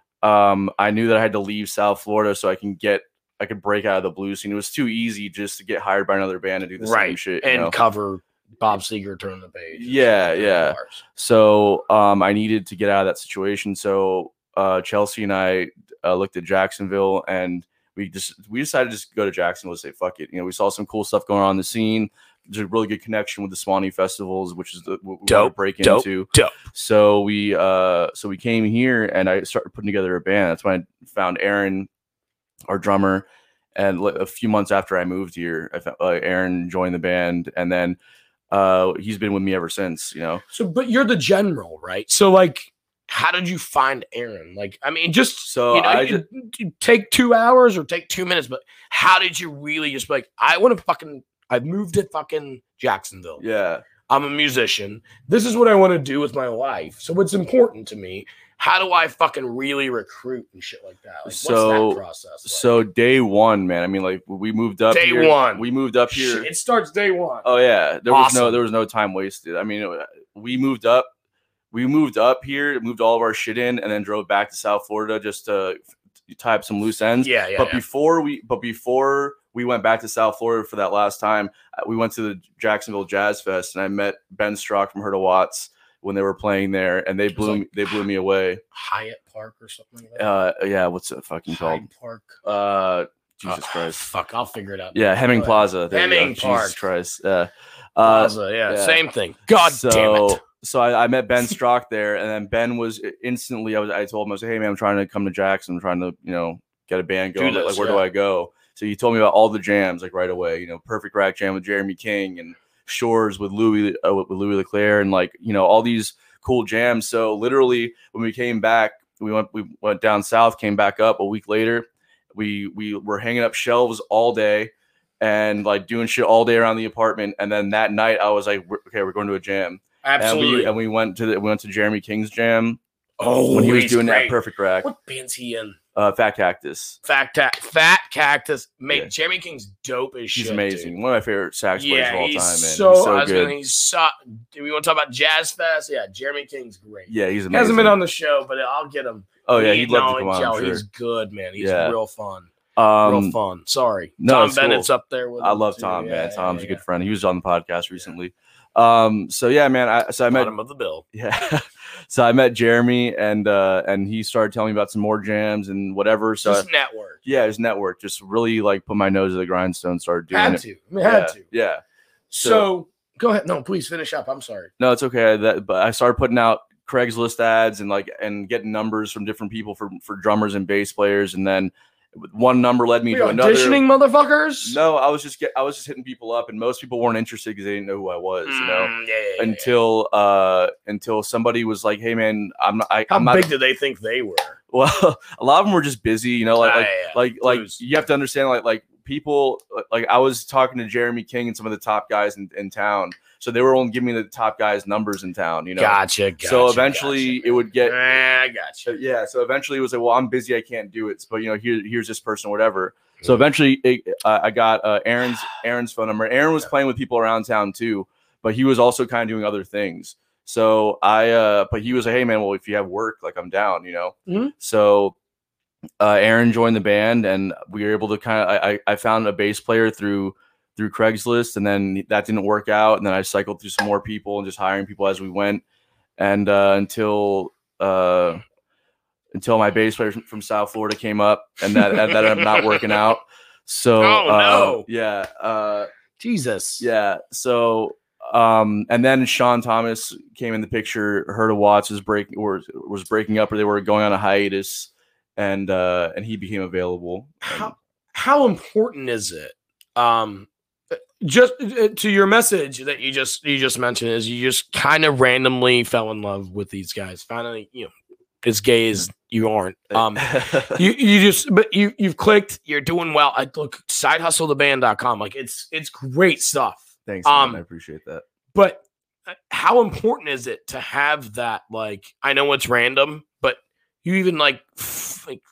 C: um, I knew that I had to leave South Florida so I can get I could break out of the blues scene. It was too easy just to get hired by another band and do the same
D: Right,
C: shit. you
D: And
C: know?
D: cover Bob Seger turn the page.
C: Yeah, yeah. So um, I needed to get out of that situation. So uh, Chelsea and I uh, looked at Jacksonville, and we just we decided to just go to Jacksonville and say fuck it. You know, we saw some cool stuff going on in the scene. There's a really good connection with the Swanee festivals, which is the what we wanted to
D: Dope,
C: break
D: dope,
C: into.
D: dope.
C: So we uh, so we came here, and I started putting together a band. That's when I found Aaron, our drummer. And li- a few months after I moved here, I found, uh, Aaron joined the band, and then uh, he's been with me ever since. You know,
D: So, but you're the general, right? So, like, how did you find Aaron? Like, I mean, just
C: So
D: you know,
C: I
D: you- you take two hours or take two minutes, but how did you really just be like, I want to fucking, I've moved to fucking Jacksonville.
C: Yeah.
D: I'm a musician. This is what I want to do with my life. So what's important to me? How do I fucking really recruit and shit like that? Like, what's
C: So-
D: that process? like?
C: So day one, man. I mean, like we moved up.
D: Day
C: here-
D: one.
C: We moved up
D: Shit,
C: here.
D: it starts day one.
C: Oh yeah, there was no
D: Awesome.
C: there was no time wasted. I mean, it- we moved up. We moved up here, moved all of our shit in, and then drove back to South Florida just to f- tie up some loose ends.
D: yeah, yeah.
C: but
D: yeah.
C: before we, but before we went back to South Florida for that last time, uh, we went to the Jacksonville Jazz Fest, and I met Ben Strock from Herta Watts when they were playing there, and they
D: was
C: blew
D: like-
C: me, they blew me away.
D: Hyatt Park or something like that.
C: Uh, yeah, what's it fucking called?
D: Hyde Park.
C: Uh, Jesus
D: Uh,
C: Christ.
D: Fuck, I'll figure it out.
C: Yeah, Hemming
D: Go ahead.
C: Plaza. there you go.
D: Hemming Park.
C: Jesus Christ. Yeah. Uh,
D: Plaza, yeah,
C: yeah.
D: same thing. God
C: so,
D: damn it.
C: So I, I met Ben
D: [laughs]
C: Strock there, and then Ben was instantly. I was. I told him, I was, hey man, I'm trying to come to Jackson. I'm trying to, you know, get a band
D: Do
C: going. Like,
D: this,
C: where do
D: yeah.
C: I go? So he told me about all the jams like right away. You know, Perfect Rack Jam with Jeremy King and Shores with Louis uh, with with Louis Leclaire, and like you know all these cool jams. So literally, when we came back, we went we went down south, came back up a week later. We we were hanging up shelves all day and like doing shit all day around the apartment. And then that night, I was like, "We're- okay, we're going to a jam.
D: Absolutely.
C: And we, and we went to the, we went to Jeremy King's jam
D: oh,
C: when he was
D: he's
C: doing that
D: great.
C: perfect rack.
D: What band's he in?
C: uh, Fat Cactus.
D: Fat, ta- fat Cactus. Mate,
C: Yeah.
D: Jeremy King's dope as shit.
C: He's
D: dude.
C: amazing. One of my favorite sax players
D: Yeah,
C: of all time.
D: he's
C: Man.
D: so,
C: he's so
D: I was
C: good.
D: Gonna, he's so, do we want to talk about Jazz Fest? Yeah, Jeremy King's great.
C: yeah, he's amazing.
D: Hasn't been on the show, but I'll get him.
C: Oh yeah,
D: He-
C: he'd love
D: no,
C: to come on.
D: Joe,
C: I'm sure.
D: He's good, man. He's
C: Yeah.
D: real fun. real
C: Um,
D: fun. Sorry,
C: no,
D: Tom
C: it's cool.
D: Bennett's up there with.
C: I
D: him,
C: love
D: too.
C: Tom,
D: Yeah,
C: man.
D: yeah,
C: Tom's a
D: yeah.
C: good friend. He was on the podcast recently. Um, so yeah, man. I so I met
D: Bottom of the bill.
C: [laughs] yeah. So I met Jeremy and uh and he started telling me about some more jams and whatever. So
D: Just network.
C: yeah, his network just really like put my nose to the grindstone, started doing
D: Had
C: it.
D: to. Had
C: yeah,
D: to.
C: yeah.
D: So, go ahead. No, please finish up. I'm sorry.
C: No, it's okay. That but I started putting out Craigslist ads and like and getting numbers from different people for for drummers and bass players, and then one number led me
D: We
C: to another.
D: auditioning, motherfuckers.
C: No, I was just get, I was just hitting people up, and most people weren't interested because they didn't know who I was. You know.
D: Mm, yeah, yeah, yeah, yeah.
C: Until uh until somebody was like, "Hey man, I'm not. I,
D: how
C: I'm not."
D: big do they think they were?
C: [laughs] Well, a lot of them were just busy. You know, like
D: Ah,
C: like
D: yeah, yeah.
C: like like
D: Blues.
C: you have to understand like like people like- like I was talking to Jeremy King and some of the top guys in, in town, so they were only giving me the top guys numbers in town. You know.
D: gotcha, gotcha.
C: so eventually
D: gotcha.
C: it would get
D: Ah, I gotcha.
C: yeah. So eventually it was like, well, I'm busy, I can't do it. But you know, here here's this person, whatever. So eventually it, uh, I got uh,
D: [sighs]
C: Aaron's Aaron's phone number. Aaron was playing with people around town too, but he was also kind of doing other things. So I, uh, but he was like, hey man, well if you have work, like I'm down, you know.
D: Mhm.
C: So. Uh, Aaron joined the band, and we were able to kind of. I, I- I found a bass player through through Craigslist, and then that didn't work out. And then I cycled through some more people and just hiring people as we went, and uh, until uh, until my bass player from- from South Florida came up, and that that ended up not working out. So,
D: [laughs] Oh,
C: uh,
D: no.
C: yeah, uh,
D: Jesus.
C: yeah. So, um, and then Sean Thomas came in the picture. Herta Watts was breaking or was breaking up, or they were going on a hiatus, and uh, and he became available. And-
D: how how important is it um just uh, to your message that you just you just mentioned is you just kind of randomly fell in love with these guys finally you know as gay as you aren't
C: Eh, [laughs]
D: um [laughs] you you just but you you've clicked you're doing well i look sidehustletheband.com like it's it's great stuff
C: thanks, man,
D: um,
C: I appreciate that.
D: but uh, how important is it to have that like i know it's random but you even like f- like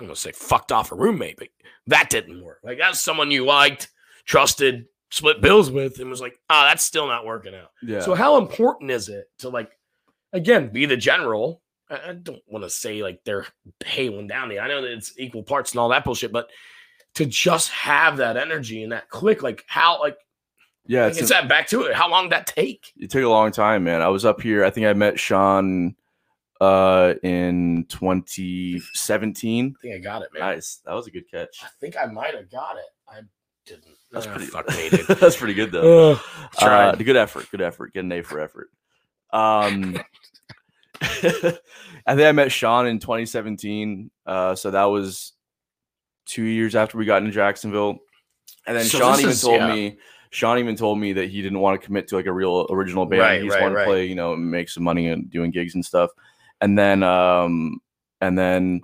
D: i'm gonna say fucked off a roommate but that didn't work like that's someone you liked trusted split bills with and was like ah that's still not working out
C: Yeah.
D: so how important is it to like again be the general i, I don't want to say like they're hailing down the i know that it's equal parts and all that bullshit but to just have that energy and that click like how like
C: yeah,
D: it's, that back to it. How long that take?
C: it took a long time, man. I was up here. I think I met Sean uh in 2017.
D: I think I got it, man. I,
C: Nice. That was a good catch.
D: think I might have got it. I didn't.
C: That's
D: Ah,
C: pretty
D: fuck [laughs]
C: [laughs]
D: me, dude.
C: That's pretty good though.
D: Ugh,
C: Uh,
D: tried.
C: good effort. Good effort. Get an A for effort.
D: [laughs]
C: Um, I think [laughs] I met Sean in 2017. Uh, so that was two years after we got into Jacksonville. And then
D: So
C: Sean
D: this
C: even
D: is-
C: told
D: yeah.
C: me, Sean even told me that he didn't want to commit to like a real original band.
D: Right,
C: he just
D: right,
C: wanted
D: right.
C: to play, you know, and make some money and doing gigs and stuff. And then, um, and then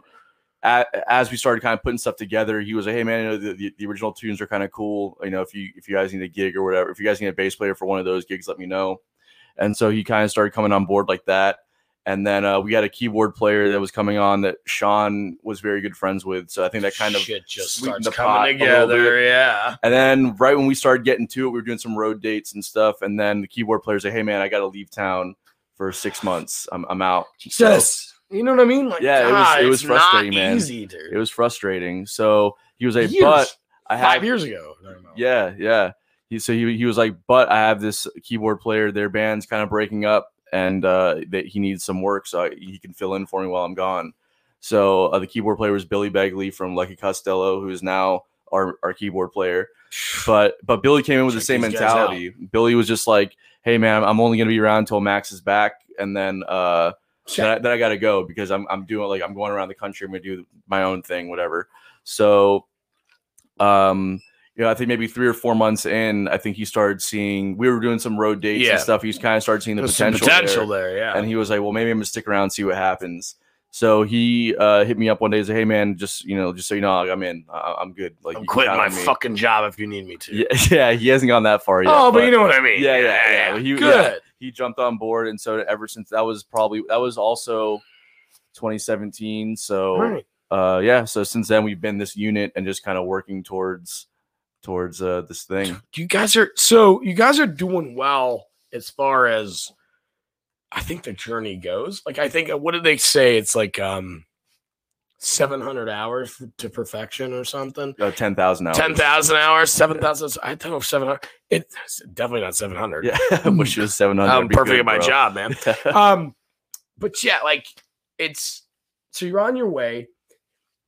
C: a as we started kind of putting stuff together, he was like, "Hey man, you know, the, the, the original tunes are kind of cool. You know, if you if you guys need a gig or whatever, if you guys need a bass player for one of those gigs, let me know." And so he kind of started coming on board like that. And then uh, we had a keyboard player that was coming on that Sean was very good friends with. So I think that kind of.
D: shit just
C: sweetened
D: starts
C: the pot a
D: coming
C: little
D: together. Yeah.
C: And then right when we started getting to it, we were doing some road dates and stuff. And then the keyboard player said, "Hey man, I got to leave town for six months. I'm I'm out." So-
D: Jesus. you know what I mean? Like,
C: Yeah, it was-
D: God,
C: it was
D: it's not
C: frustrating, man.
D: Easy, dude.
C: It was frustrating. So he was like,
D: Years.
C: "But I have
D: five years ago. I don't know.
C: Yeah, yeah. He so he, he was like, but I have this keyboard player. Their band's kind of breaking up, and uh, that he needs some work, so I, he can fill in for me while I'm gone. So uh, the keyboard player was Billy Begley from Lucky Costello, who is now our, our keyboard
D: [sighs]
C: player. But but Billy came in with the
D: Check
C: same
D: these guys out.
C: mentality. Billy was just like, hey man, I'm only gonna be around until Max is back, and then uh, then I,
D: Check.
C: then I got to go because I'm, I'm doing like I'm going around the country. I'm gonna do my own thing, whatever. So, um, you know, I think maybe three or four months in, I think he started seeing we were doing some road dates
D: Yeah.
C: and stuff. He's kind of started seeing the
D: There's some
C: potential,
D: potential
C: there,
D: there. yeah.
C: and he was like, well, maybe I'm gonna stick around and see what happens. So he uh, hit me up one day, and said, "Hey man, just you know, just so you know, I'm in. I- I'm good. Like
D: I'm
C: you can
D: quitting
C: count
D: my
C: on me."
D: fucking job if you need me to.
C: Yeah, yeah, [laughs] he hasn't gone that far yet.
D: oh, but, you know what I mean.
C: Yeah, yeah, yeah. He- yeah.
D: Good.
C: he jumped on board, and so ever since that was probably that was also 2017. So
D: All right.
C: uh, yeah, so since then we've been this unit and just kind of working towards towards uh, this
D: [laughs]
C: thing.
D: You guys are so you guys are doing well as far as I think the journey goes. Like I think uh, what did they say? It's like um 700 hours to perfection or something.
C: Uh, Ten thousand hours.
D: Ten thousand hours, seven thousand. I don't know if seven hundred. It's definitely not seven hundred.
C: Yeah, [laughs] I wish it was seven hundred.
D: Hmm. I'm perfect at
C: [laughs]
D: my job, man. um, but yeah, like it's so you're on your way.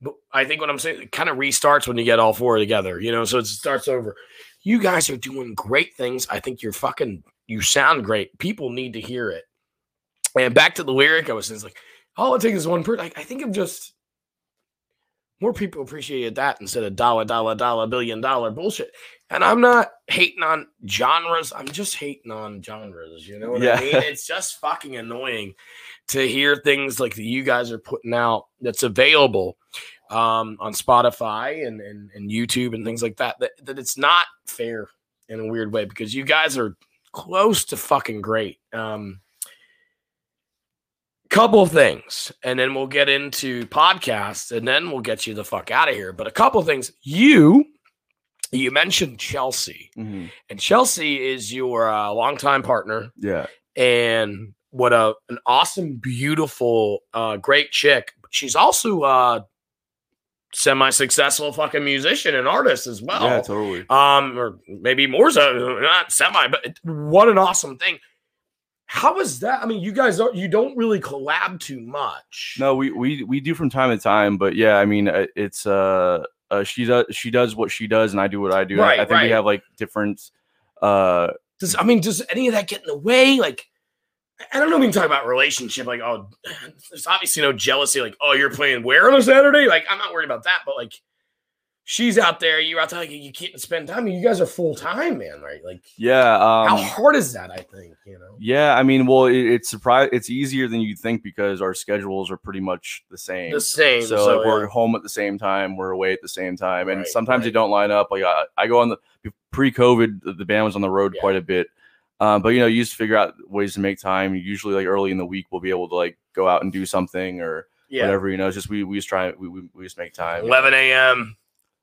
D: But I think what I'm saying it kind of restarts when you get all four together, you know. So it starts over. You guys are doing great things. I think you're fucking. You sound great. People need to hear it. And back to the lyric, I was just like, all it takes is one person. Like, I think I'm just more people appreciated that instead of dollar, dollar, dollar, billion dollar bullshit. And I'm not hating on genres. I'm just hating on genres. You know what
C: Yeah.
D: I mean? It's just fucking annoying to hear things like that you guys are putting out that's available um, on Spotify and, and, and YouTube and things like that, that. That it's not fair in a weird way because you guys are close to fucking great. Um, couple things, and then we'll get into podcasts, and then we'll get you the fuck out of here. But a couple things, you you mentioned Chelsea,
C: Mhm.
D: and Chelsea is your uh, longtime partner,
C: Yeah,
D: and what a an awesome, beautiful, uh, great chick. She's also uh semi-successful fucking musician and artist as well
C: yeah, totally.
D: um, or maybe more so, not semi, but it- what an awesome thing. How is that? I mean, you guys don't you don't really collab too much.
C: No, we we we do from time to time, but yeah, I mean, uh, it's uh, uh she does she does what she does, and I do what I do. I-
D: Right,
C: I, think we
D: right.
C: have like different. Uh,
D: Does I mean, does any of that get in the way? Like, I don't know. We can talk about relationship. Like, oh, there's obviously no jealousy. Like, oh, you're playing where on a Saturday? Like, I'm not worried about that. But like, she's out there. You're out there. Like, you can't spend time. I mean, you guys are full time, man. Right? Like,
C: yeah.
D: how
C: Um,
D: hard is that? I think you know.
C: yeah, I mean, well, it, it's surprise. It's easier than you think because our schedules are pretty much the same.
D: The same.
C: So, like, we're
D: yeah.
C: home at the same time, we're away at the same time, and
D: Right,
C: sometimes they
D: right.
C: don't line up. Like I, I go on the pre-COVID, the- the band was on the road
D: Yeah.
C: quite a bit, um, but you know, you just figure out ways to make time. Usually, like early in the week, we'll be able to like go out and do something or
D: yeah.
C: whatever. You know, it's just we we just try we we, we just make time.
D: 11 a.m.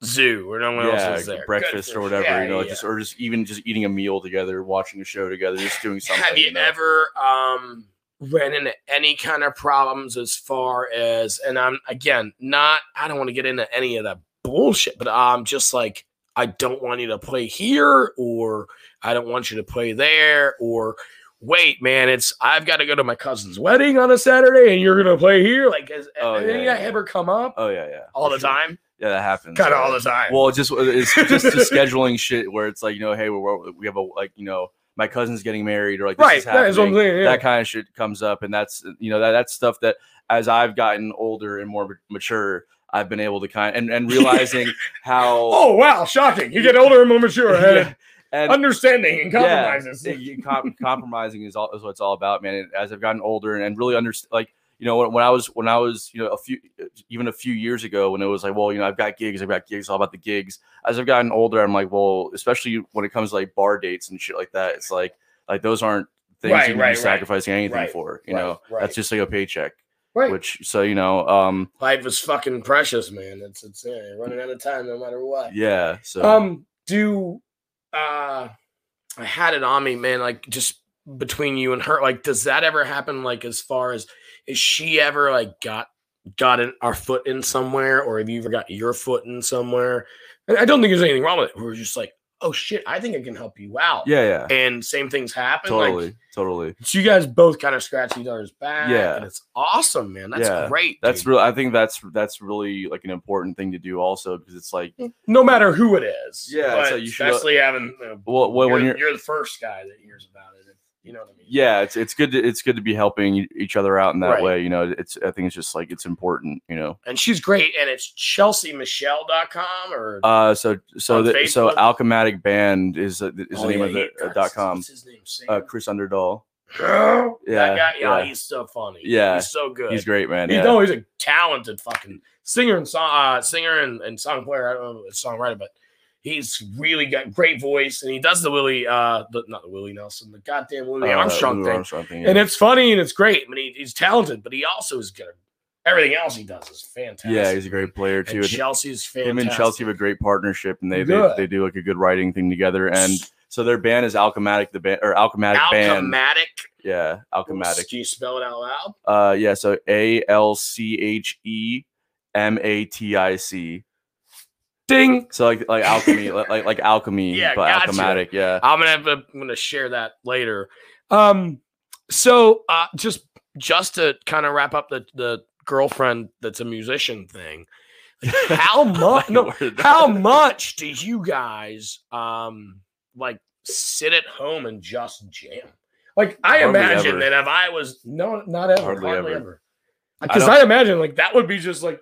D: zoo or no one
C: yeah,
D: else is there. Good
C: breakfast
D: for
C: or whatever.
D: yeah,
C: you know,
D: yeah.
C: just or just even just eating a meal together, watching a show together, just doing something.
D: [laughs] have you
C: know?
D: ever um ran into any kind of problems as far as and I'm again not I don't want to get into any of that bullshit, but I'm just like I don't want you to play here or I don't want you to play there or wait man it's I've got to go to my cousin's wedding on a Saturday and you're gonna play here like has
C: Oh,
D: any of
C: yeah,
D: that
C: yeah.
D: ever come up
C: Oh yeah, yeah.
D: all
C: for
D: the
C: sure.
D: time
C: Yeah, that happens.
D: kind of
C: yeah.
D: all the time
C: Well, it's just uh, it's just the scheduling shit where it's like you know, hey, we're, we have a like you know, my cousin's getting married or like this
D: right
C: is
D: that is what I'm
C: happening.
D: saying yeah.
C: That kind of shit comes up, and that's you know that that's stuff that as I've gotten older and more mature, I've been able to kind and and
D: [laughs]
C: realizing how
D: Oh wow, shocking! You get older and more mature.
C: [laughs] Yeah,
D: eh?
C: and
D: Understanding and
C: yeah,
D: compromises.
C: it- you com- compromising is all is what it's all about, man. And as I've gotten older and, and really understand, like you know, when, when I was when I was you know a few even a few years ago, when it was like, well, you know, I've got gigs, I've got gigs, all about the gigs. As I've gotten older, I'm like, well, especially when it comes to like bar dates and shit like that, it's like like those aren't things
D: Right,
C: you can
D: right, right.
C: be sacrificing anything
D: Right,
C: for. You
D: right,
C: know,
D: right.
C: that's just like a paycheck.
D: Right.
C: Which so you know, um,
D: Life is fucking precious, man. It's it's yeah, you're running out of time no matter what.
C: yeah. So
D: Um, do uh, I had it on me, man. Like just between you and her, like does that ever happen? Like as far as is she ever like got got in, our foot in somewhere, or have you ever got your foot in somewhere? And I don't think there's anything wrong with it. We're just like, oh shit, I think I can help you out.
C: yeah, yeah,
D: And same things happen. like,
C: totally, totally.
D: So you guys both kind of scratch each other's back.
C: Yeah.
D: And it's awesome, man. That's
C: Yeah.
D: great.
C: That's
D: dude.
C: real. I think that's that's really like an important thing to do also because it's like
D: no matter who it is.
C: Yeah,
D: But
C: so you should-
D: especially having you know,
C: well, well
D: you're,
C: when you're
D: you're the first guy that hears about it. if- You know what I mean?
C: yeah, it's it's good to it's good to be helping e- each other out in that
D: Right.
C: way. You know, it's I think it's just like it's important. You know,
D: And she's great. And it's chelseamichelle.com or
C: uh, so so
D: On
C: the, so
D: Facebook?
C: Alchematic Band is uh, is
D: Oh,
C: the name
D: yeah,
C: of the
D: yeah,
C: uh,
D: Curtis-
C: dot com.
D: What's his name? Sam?
C: Uh, Chris Underdahl,
D: that
C: yeah,
D: guy, yeah,
C: yeah.
D: he's so funny.
C: Yeah,
D: he's so good.
C: he's great, man.
D: He's,
C: Yeah.
D: no, he's a talented fucking singer and song, uh, singer and, and song player. I don't know if it's songwriter, but he's really got great voice, and he does the Willie, uh, the, not the Willie Nelson, the goddamn Willie
C: Uh,
D: Armstrong
C: Louis
D: thing,
C: Armstrong thing,
D: and
C: yeah.
D: it's funny and it's great. I mean, he, he's talented, but he also is good. Everything else he does is fantastic.
C: Yeah, he's a great player too.
D: And
C: And
D: Chelsea's fantastic.
C: him and Chelsea have a great partnership, and they, they
D: Good.
C: they do like a good writing thing together. And so their band is Alchematic, the band or Alchematic, band.
D: Alchematic.
C: Yeah, Alchematic.
D: Can you spell it out loud?
C: Uh, yeah. So A L C H E M A T I C.
D: Ding.
C: So like like
D: [laughs]
C: alchemy, like like- like alchemy,
D: Yeah,
C: but
D: gotcha.
C: alchematic. Yeah.
D: I'm gonna have a, I'm gonna share that later. Um, so uh, just just to kind of wrap up the the girlfriend that's a musician [laughs] thing. How much? Oh,
C: [laughs]
D: no, how much do you guch um like sit at home and just jam like i
C: Hardly
D: imagine
C: ever.
D: that if i was no not ever hardly,
C: Hardly ever.
D: ever
C: I
D: because
C: don't-
D: I, imagine like that would be just like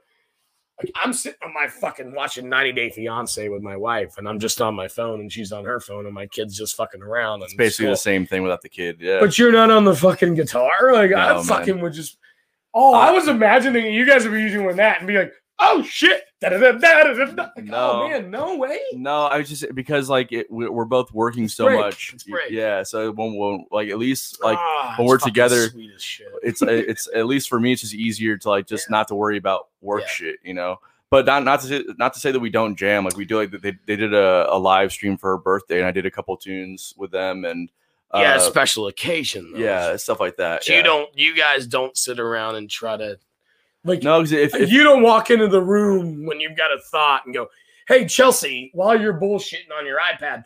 D: like i'm sitting on my fucking watching 90 day fiance with my wife and i'm just on my phone and she's on her phone and my kid's just fucking around and
C: It's basically
D: cool.
C: the same thing without the kid. Yeah.
D: but you're not on the fucking guitar like
C: No,
D: i
C: man. Uh,
D: fucking would just oh i was imagining you guys would be doing that and be like oh shit da-da-da-da-da-da. Like, oh
C: No.
D: man no way
C: No, I was just because like it, we- we're both working so
D: break.
C: much.
D: It's break.
C: Yeah, so it won't, won't like at least like
D: Ah,
C: when we're
D: it's fucking
C: together-
D: Sweet as shit.
C: it's uh, it's at least for me it's just easier to like just not to worry about work
D: Yeah.
C: shit, you know. But not not to say, not to say that we don't jam. Like we do. Like they, they did a, a live stream for her birthday, and I did a couple tunes with them, and uh,
D: yeah, special occasion. Though.
C: yeah, stuff like that.
D: So
C: yeah.
D: you don't. You guys don't sit around and try to like.
C: no, 'cause
D: [laughs]
C: if, if
D: you don't walk into the room when you've got a thought and go, "Hey Chelsea, while you're bullshitting on your iPad,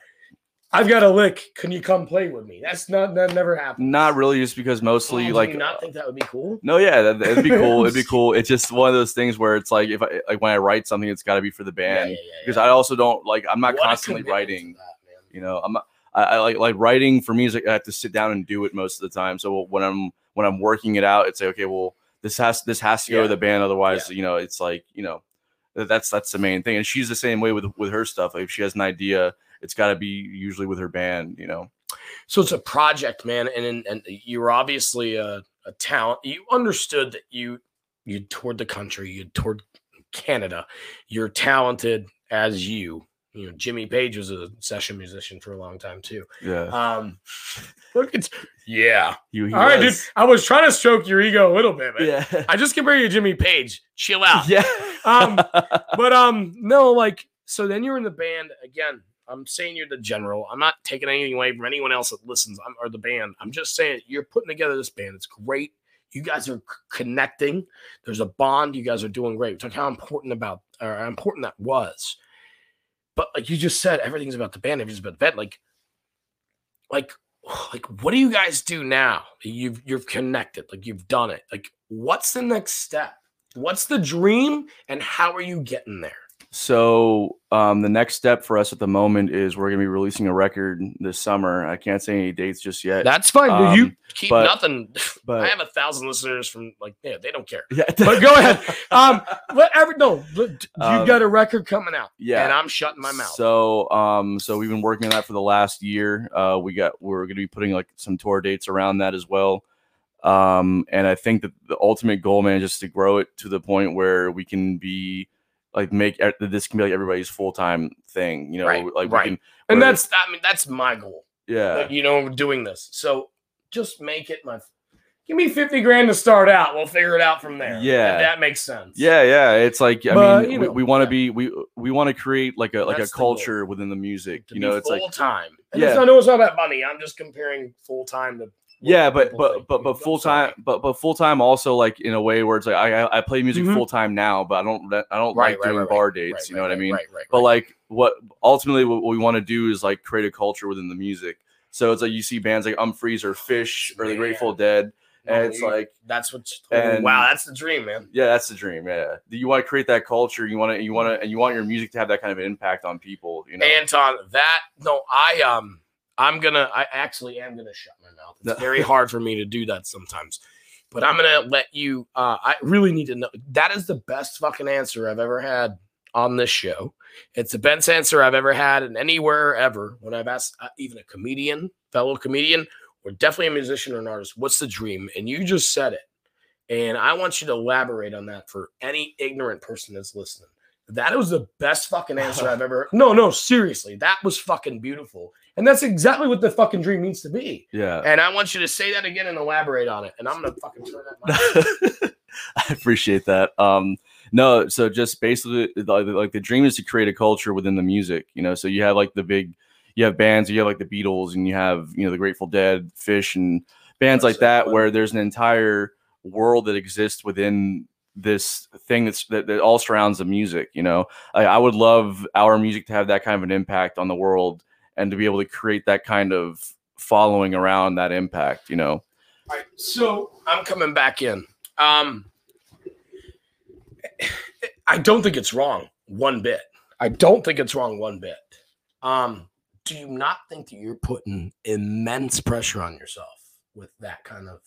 D: I've got a lick. Can you come play with me?" That's not that never happens.
C: not really, just because mostly
D: Do
C: like
D: you not think that would be cool.
C: No, yeah, that, that'd
D: [laughs]
C: be cool. It'd be cool. It's just one of those things where it's like if I like when I write something, it's got to be for the band because I also don't like I'm not
D: What a
C: constantly
D: commitment to
C: writing.
D: that, man.
C: You know, I'm not- I, I like like writing for me is like I have to sit down and do it most of the time. So when I'm when I'm working it out, it's like okay, well this has this has to go
D: Yeah.
C: to the band, otherwise you know it's like you know th- that's that's the main thing. And she's the same way with with her stuff. Like if she has an idea, it's got to be usually with her band. You know,
D: So it's a project, man, and and, and you were obviously a, a talent. You understood that you you toured the country, you toured Canada. You're talented as you. You know, Jimmy Page was a session musician for a long time too.
C: yeah.
D: Um, [laughs] look, it's yeah.
C: You, he
D: All right, dude.
C: was.
D: I was trying to stroke your ego a little bit, but
C: Yeah,
D: I just compare you to Jimmy Page. Chill
C: [laughs]
D: out.
C: yeah.
D: Um, but um, no, like so. Then you're in the band again. I'm saying you're the general. I'm not taking anything away from anyone else that listens. I'm or the band. I'm just saying you're putting together this band. It's great. You guys are c- connecting. There's a bond. You guys are doing great. Talk how important about or how important that was. But like you just said, everything's about the band. Everything's about the band. Like, like, [sighs] like, what do you guys do now? You've you've connected. Like you've done it. Like, what's the next step? What's the dream and how are you getting there?
C: So um, the next step for us at the moment is we're gonna be releasing a record this summer. I can't say any dates just yet.
D: That's fine. dude. you
C: Um,
D: keep
C: but-
D: nothing. [laughs] I
C: but
D: have a thousand listeners from like yeah, they don't care.
C: [laughs] yeah,
D: But go ahead. [laughs] Um, whatever. No, you
C: Um,
D: got a record coming out,
C: [laughs] yeah.
D: and I'm shutting my mouth.
C: So um, so we've been working on that for the last year. Uh, we got we're gonna be putting like some tour dates around that as well. Um, and I think that the ultimate goal, man, is just to grow it to the point where we can be like make e- this can be like everybody's full time thing. You know,
D: Right,
C: like
D: right.
C: we can,
D: and
C: where-
D: that's I mean that's my goal.
C: yeah.
D: Like, you know, doing this. So just make it my. Give me fifty grand to start out. We'll figure it out from there.
C: Yeah.
D: If that makes sense.
C: Yeah, yeah. It's like I
D: But,
C: mean,
D: you
C: we,
D: know,
C: we want to be
D: yeah.
C: we we want to create like a like
D: That's
C: a
D: the goal.
C: culture within the music.
D: To
C: you know,
D: be
C: it's
D: full
C: like
D: time. And
C: Yeah.
D: it's- I know it's not about money. I'm just comparing full time to. what
C: yeah, but
D: people
C: but
D: think.
C: but but
D: I'm
C: full
D: sorry.
C: time, but but full time also like in a way where it's like I I- I play music
D: Mhm.
C: full time now, but I don't I don't
D: Right,
C: like
D: right,
C: doing
D: right,
C: bar
D: Right,
C: dates. you
D: right,
C: know what I
D: right,
C: mean?
D: Right, right.
C: But
D: right.
C: like what ultimately what we want to do is like create a culture within the music. So it's like you see bands like Umphreys or Fish or The
D: Yeah.
C: Grateful Dead, and
D: No,
C: it's
D: you-
C: like
D: that's what.
C: and-
D: wow, that's the dream, man.
C: yeah, that's the dream. Yeah, you want to create that culture. You want to you want to and you want your music to have that kind of an impact on people. You know.
D: Anton, that no, I um, I'm gonna, I actually am gonna shut my mouth. It's
C: No.
D: very hard for me to do that sometimes, but I'm gonna let you. Uh, I really need to know. That is the best fucking answer I've ever had on this show. It's the best answer I've ever had, and anywhere ever when I've asked uh, even a comedian, fellow comedian, or definitely a musician or an artist, what's the dream? And you just said it. And I want you to elaborate on that for any ignorant person that's listening. That was the best fucking answer I've ever. No, no, seriously, that was fucking beautiful, and that's exactly what the fucking dream needs to be.
C: yeah.
D: And I want you to say that again and elaborate on it. And I'm gonna fucking turn that. mic.
C: I appreciate that. Um, no, so just basically, like, like the dream is to create a culture within the music. You know, so you have like the big, you have bands, you have like the Beatles, and you have you know the Grateful Dead, Fish, and bands like that, where there's an entire world that exists within this thing that's that, that all surrounds the music you know I, I would love our music to have that kind of an impact on the world and to be able to create that kind of following around that impact you know
D: All right, so I'm coming back in. Um, I don't think it's wrong one bit. I don't think it's wrong one bit. Um, do you not think that you're putting immense pressure on yourself with that kind of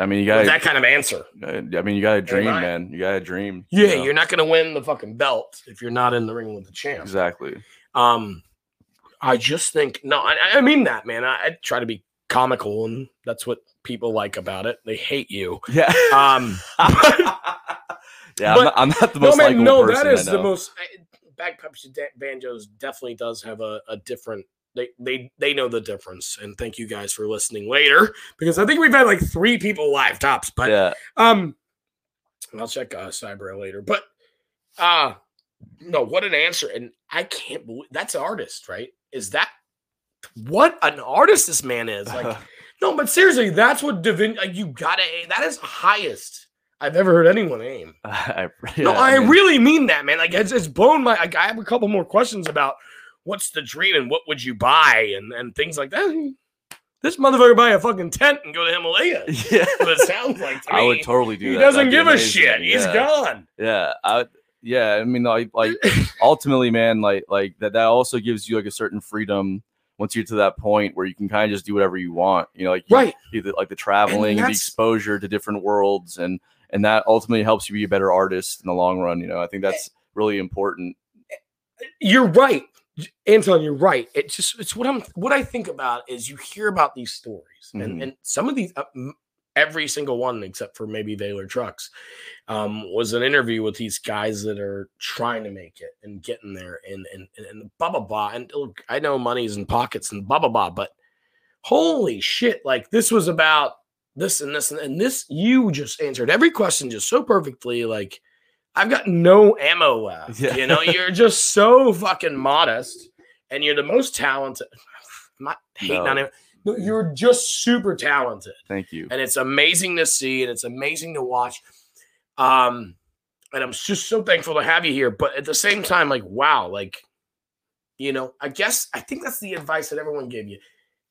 C: i mean you gotta
D: with that kind of answer?
C: i mean you gotta dream
D: right.
C: man you gotta dream you
D: Yeah,
C: know?
D: you're not going to win the fucking belt if you're not in the ring with the champ. [laughs]
C: exactly
D: Um, I just think no, I, I mean that, man. I, I try to be comical, and that's what people like about it. They hate you.
C: yeah [laughs]
D: Um,
C: yeah
D: but-
C: I'm, not, I'm not the most
D: no, man,
C: likable
D: no,
C: person
D: that is
C: I
D: the
C: know.
D: most. I, bagpipes and da- banjos definitely does have a, a different. They, they they know the difference, and thank you guys for listening later because I think we've had like three people live tops, but
C: yeah
D: um, and I'll check uh, Cyber later. But uh no, what an answer! And I can't believe that's an artist, right? Is that what an artist this man is?
C: [laughs]
D: Like, no, but seriously, that's what Divin. Like, you gotta. aim- That is the highest I've ever heard anyone aim.
C: I,
D: [laughs] no,
C: yeah,
D: I,
C: mean,
D: really mean that, man. Like, it's, it's blown my. Like, I have a couple more questions about what's the dream and what would you buy and and things like that. This motherfucker buy a fucking tent and go to Himalaya.
C: [laughs]
D: [laughs]
C: yeah
D: What it sounds like to
C: I would
D: me.
C: totally do
D: He
C: that. That'd
D: doesn't
C: be
D: give a
C: amazing.
D: shit. He's
C: Yeah.
D: gone.
C: Yeah, I yeah, I mean like
D: [laughs]
C: like ultimately man like like that that also gives you like a certain freedom once you get to that point where you can kind of just do whatever you want. You know like you-
D: Right.
C: either like the traveling, the
D: that's-
C: exposure to different worlds and and that ultimately helps you be a better artist in the long run, you know. I think that's really important.
D: You're right. J- Anton, you're right. It's just it's what I'm what I think about is you hear about these stories and,
C: Mhm.
D: and some of these uh, m- every single one except for maybe Baylor Trucks um, was an interview with these guys that are trying to make it and getting there and and and, and blah blah blah and look, I know money's in pockets and blah blah blah but holy shit like this was about this and this and, and this you just answered every question just so perfectly like i've got no ammo left
C: Yeah.
D: you know you're just so fucking modest and you're the most talented i'm not hating
C: No.
D: on it No, you're just super talented
C: Thank you.
D: and it's amazing to see and it's amazing to watch um and i'm just so thankful to have you here but at the same time like wow like you know i guess i think that's the advice that everyone gave you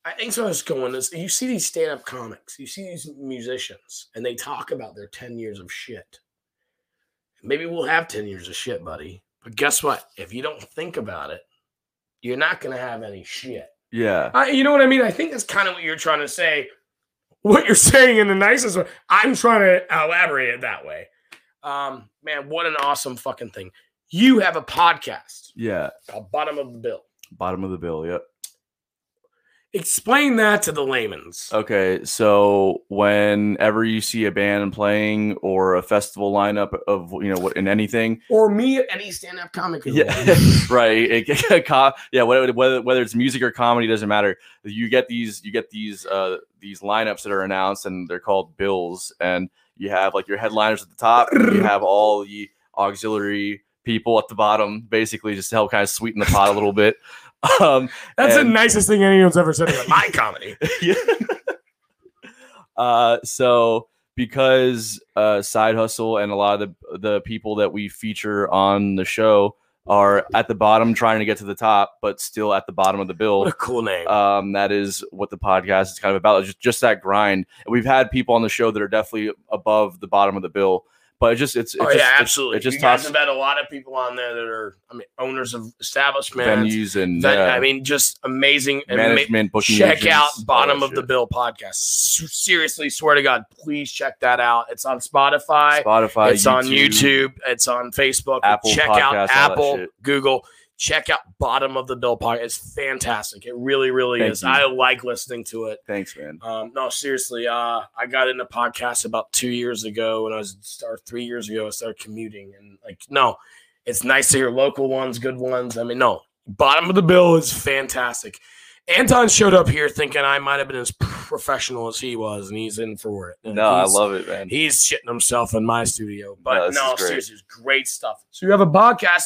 D: i think so i was going is you see these stand-up comics you see these musicians and they talk about their 10 years of shit maybe we'll have 10 years of shit buddy but guess what if you don't think about it you're not going to have any shit
C: Yeah.
D: I, you know what I mean? I think that's kind of what you're trying to say. What you're [laughs] saying in the nicest way. I'm trying to elaborate it that way. Um, man, what an awesome fucking thing. You have a podcast
C: Yeah.
D: called Bottom of the Bill.
C: Bottom of the bill, yep.
D: Explain that to the layman's.
C: Okay, so whenever you see a band playing or a festival lineup of you know what in anything,
D: Or me at any stand-up comic. who-
C: Yeah, [laughs] right. It- co- yeah, whether, whether whether it's music or comedy doesn't matter. You get these you get these uh these lineups that are announced and they're called bills and you have like your headliners at the top, and you have all the auxiliary people at the bottom basically just to help kind of sweeten the pot a little bit. [laughs] Um
D: [laughs] That's the
C: And-
D: nicest thing anyone's ever said
C: [laughs]
D: about my comedy.
C: yeah. uh, so because uh, side hustle and a lot of the the people that we feature on the show are at the bottom trying to get to the top, but still at the bottom of the bill
D: [laughs] What a cool name.
C: um, that is what the podcast is kind of about. It's just, just that grind. And we've had people on the show that are definitely above the bottom of the bill, but it just it's, it's
D: oh
C: just,
D: yeah,
C: it's-
D: absolutely.
C: It just
D: you guys
C: talks
D: have had a lot of people on there that are, I mean, owners of establishments.
C: venues and
D: Ven-
C: yeah,
D: I mean, just amazing. ama-
C: management booking.
D: check out
C: agents, all
D: bottom
C: that
D: of the
C: shit.
D: bill podcast S- seriously swear to god please check that out it's on spotify
C: Spotify.
D: it's on youtube it's on facebook
C: Apple
D: check
C: Podcasts, all
D: out
C: that
D: apple
C: shit.
D: google check out bottom of the bill podcast it's fantastic it really really
C: Thank
D: is
C: you.
D: i like listening to it
C: Thanks, man.
D: um, no, seriously. Uh, I got into podcasts about two years ago when I was or three years ago. I started commuting and like, no, it's nice to hear local ones, good ones. I mean, no, bottom of the bill is fantastic. Anton showed up here thinking I might have been as professional as he was, and he's in for it. And
C: No, I
D: he's-
C: love it, man.
D: He's shitting himself in my studio,
C: No,
D: but
C: this
D: no,
C: is great.
D: seriously, it's great stuff. So you have a podcast.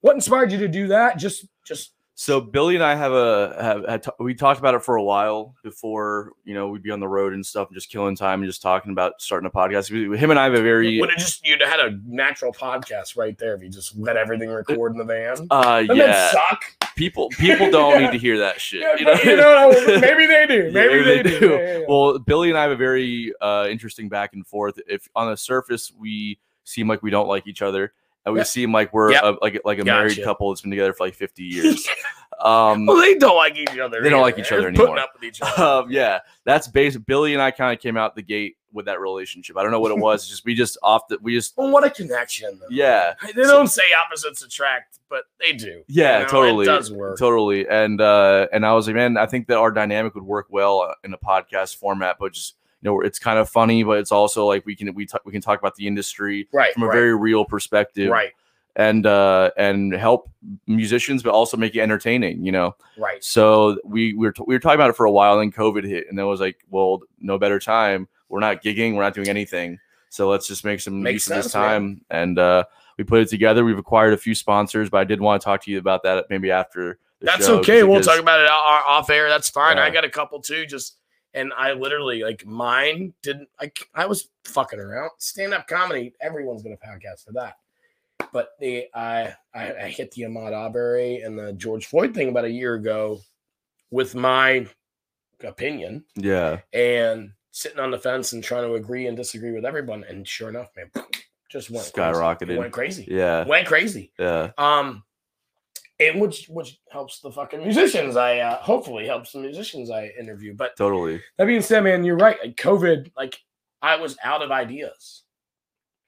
D: What inspired you to do that? Just, just
C: So Billy and I have a have, had t- we talked about it for a while before you know we'd be on the road and stuff, and just killing time and just talking about starting a podcast. We- Him and I have a very
D: would have just you'd have had a natural podcast right there if you just let everything record in the van.
C: uh
D: Doesn't
C: yeah
D: that suck?
C: people people don't need to hear that shit.
D: Yeah,
C: you know?
D: [laughs] you know, maybe they do.
C: Yeah,
D: Maybe they, do. Yeah, yeah, yeah.
C: [laughs] Well, Billy and I have a very uh, interesting back and forth. If on the surface we seem like we don't like each other, and we
D: Yeah.
C: seem like we're
D: Yep.
C: a, like like a
D: Gotcha.
C: married couple that's been together for like fifty
D: [laughs]
C: years. um,
D: Well, they don't like each other.
C: They don't
D: either.
C: like each
D: They're
C: other
D: putting
C: anymore.
D: up with each
C: [laughs]
D: other.
C: um, yeah, that's basic. Billy and I kind of came out the gate with that relationship. I don't know what it was. it's just we just off the we just
D: Well, what a connection. Though.
C: Yeah.
D: They don't say opposites attract, but they do.
C: Yeah,
D: You know,
C: totally.
D: It does work.
C: Totally. And uh and I was like, man, I think that our dynamic would work well uh, in a podcast format, but just you know, it's kind of funny, but it's also like we can we talk we can talk about the industry
D: Right.
C: from a
D: right,
C: very real perspective,
D: right.
C: And uh and help musicians, but also make it entertaining, you know.
D: Right.
C: So we we were t- we were talking about it for a while, and COVID hit, and then it was like, well, no better time. We're not gigging, we're not doing anything, so let's just make some
D: Makes
C: use of this
D: sense, man.
C: time. And uh, we put it together. We've acquired a few sponsors, but I did want to talk to you about that maybe after. The
D: That's
C: show,
D: okay.
C: just
D: We'll
C: because-
D: talk about it o- o- off air. That's fine. I
C: Yeah.
D: got a couple too. Just and I literally like mine didn't. I c- I was fucking around. Stand up comedy. Everyone's gonna podcast for that. But the I I, I hit the Ahmad Arbery and the George Floyd thing about a year ago with my opinion.
C: Yeah,
D: and sitting on the fence and trying to agree and disagree with everyone. And sure enough, man, [sniffs] just went Crazy.
C: Skyrocketed.
D: It Went crazy.
C: yeah,
D: Went crazy.
C: yeah.
D: Um, and which which helps the fucking musicians. I uh, hopefully helps the musicians I interview. But
C: Totally.
D: that being said, man, you're right. Like COVID, like I was out of ideas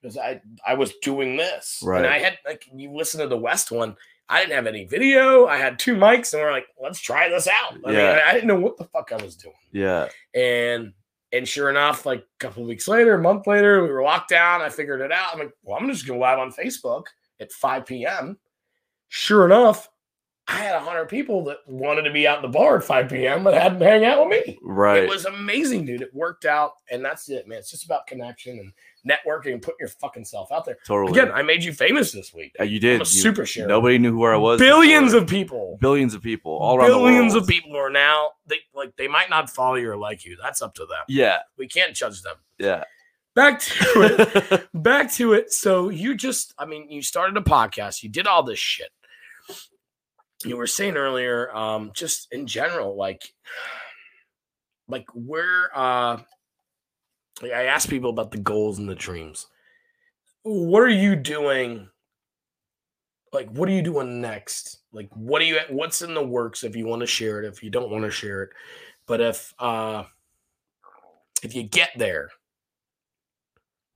D: because I I was doing this,
C: Right.
D: And I had like you listen to the West one. I didn't have any video. I had two mics, and we're like, let's try this out. I mean,
C: Yeah.
D: I didn't know what the fuck I was doing
C: Yeah,
D: and and sure enough, like a couple of weeks later, a month later, we were locked down. I figured it out. I'm like, well, I'm just gonna live on Facebook at 5 p.m. Sure enough, I had 100 people that wanted to be out in the bar at 5 p.m. but hadn't hang out with me.
C: right.
D: It was amazing, dude. It worked out, and that's it, man. It's just about connection and networking and putting your fucking self out there.
C: totally.
D: Again, I made you famous this week.
C: Uh, you
D: I'm
C: did.
D: a
C: You-
D: super share.
C: Nobody knew where I was.
D: billions
C: before.
D: of people.
C: billions of people all around
D: Billions
C: the world.
D: of people are now they like they might not follow you or like you. That's up to them.
C: Yeah,
D: We can't judge them.
C: yeah.
D: back to it back to it so you just i mean you started a podcast you did all this shit you were saying earlier um just in general like like where uh like i asked people about the goals and the dreams what are you doing like what are you doing next like what are you what's in the works if you want to share it if you don't want to share it but if uh if you get there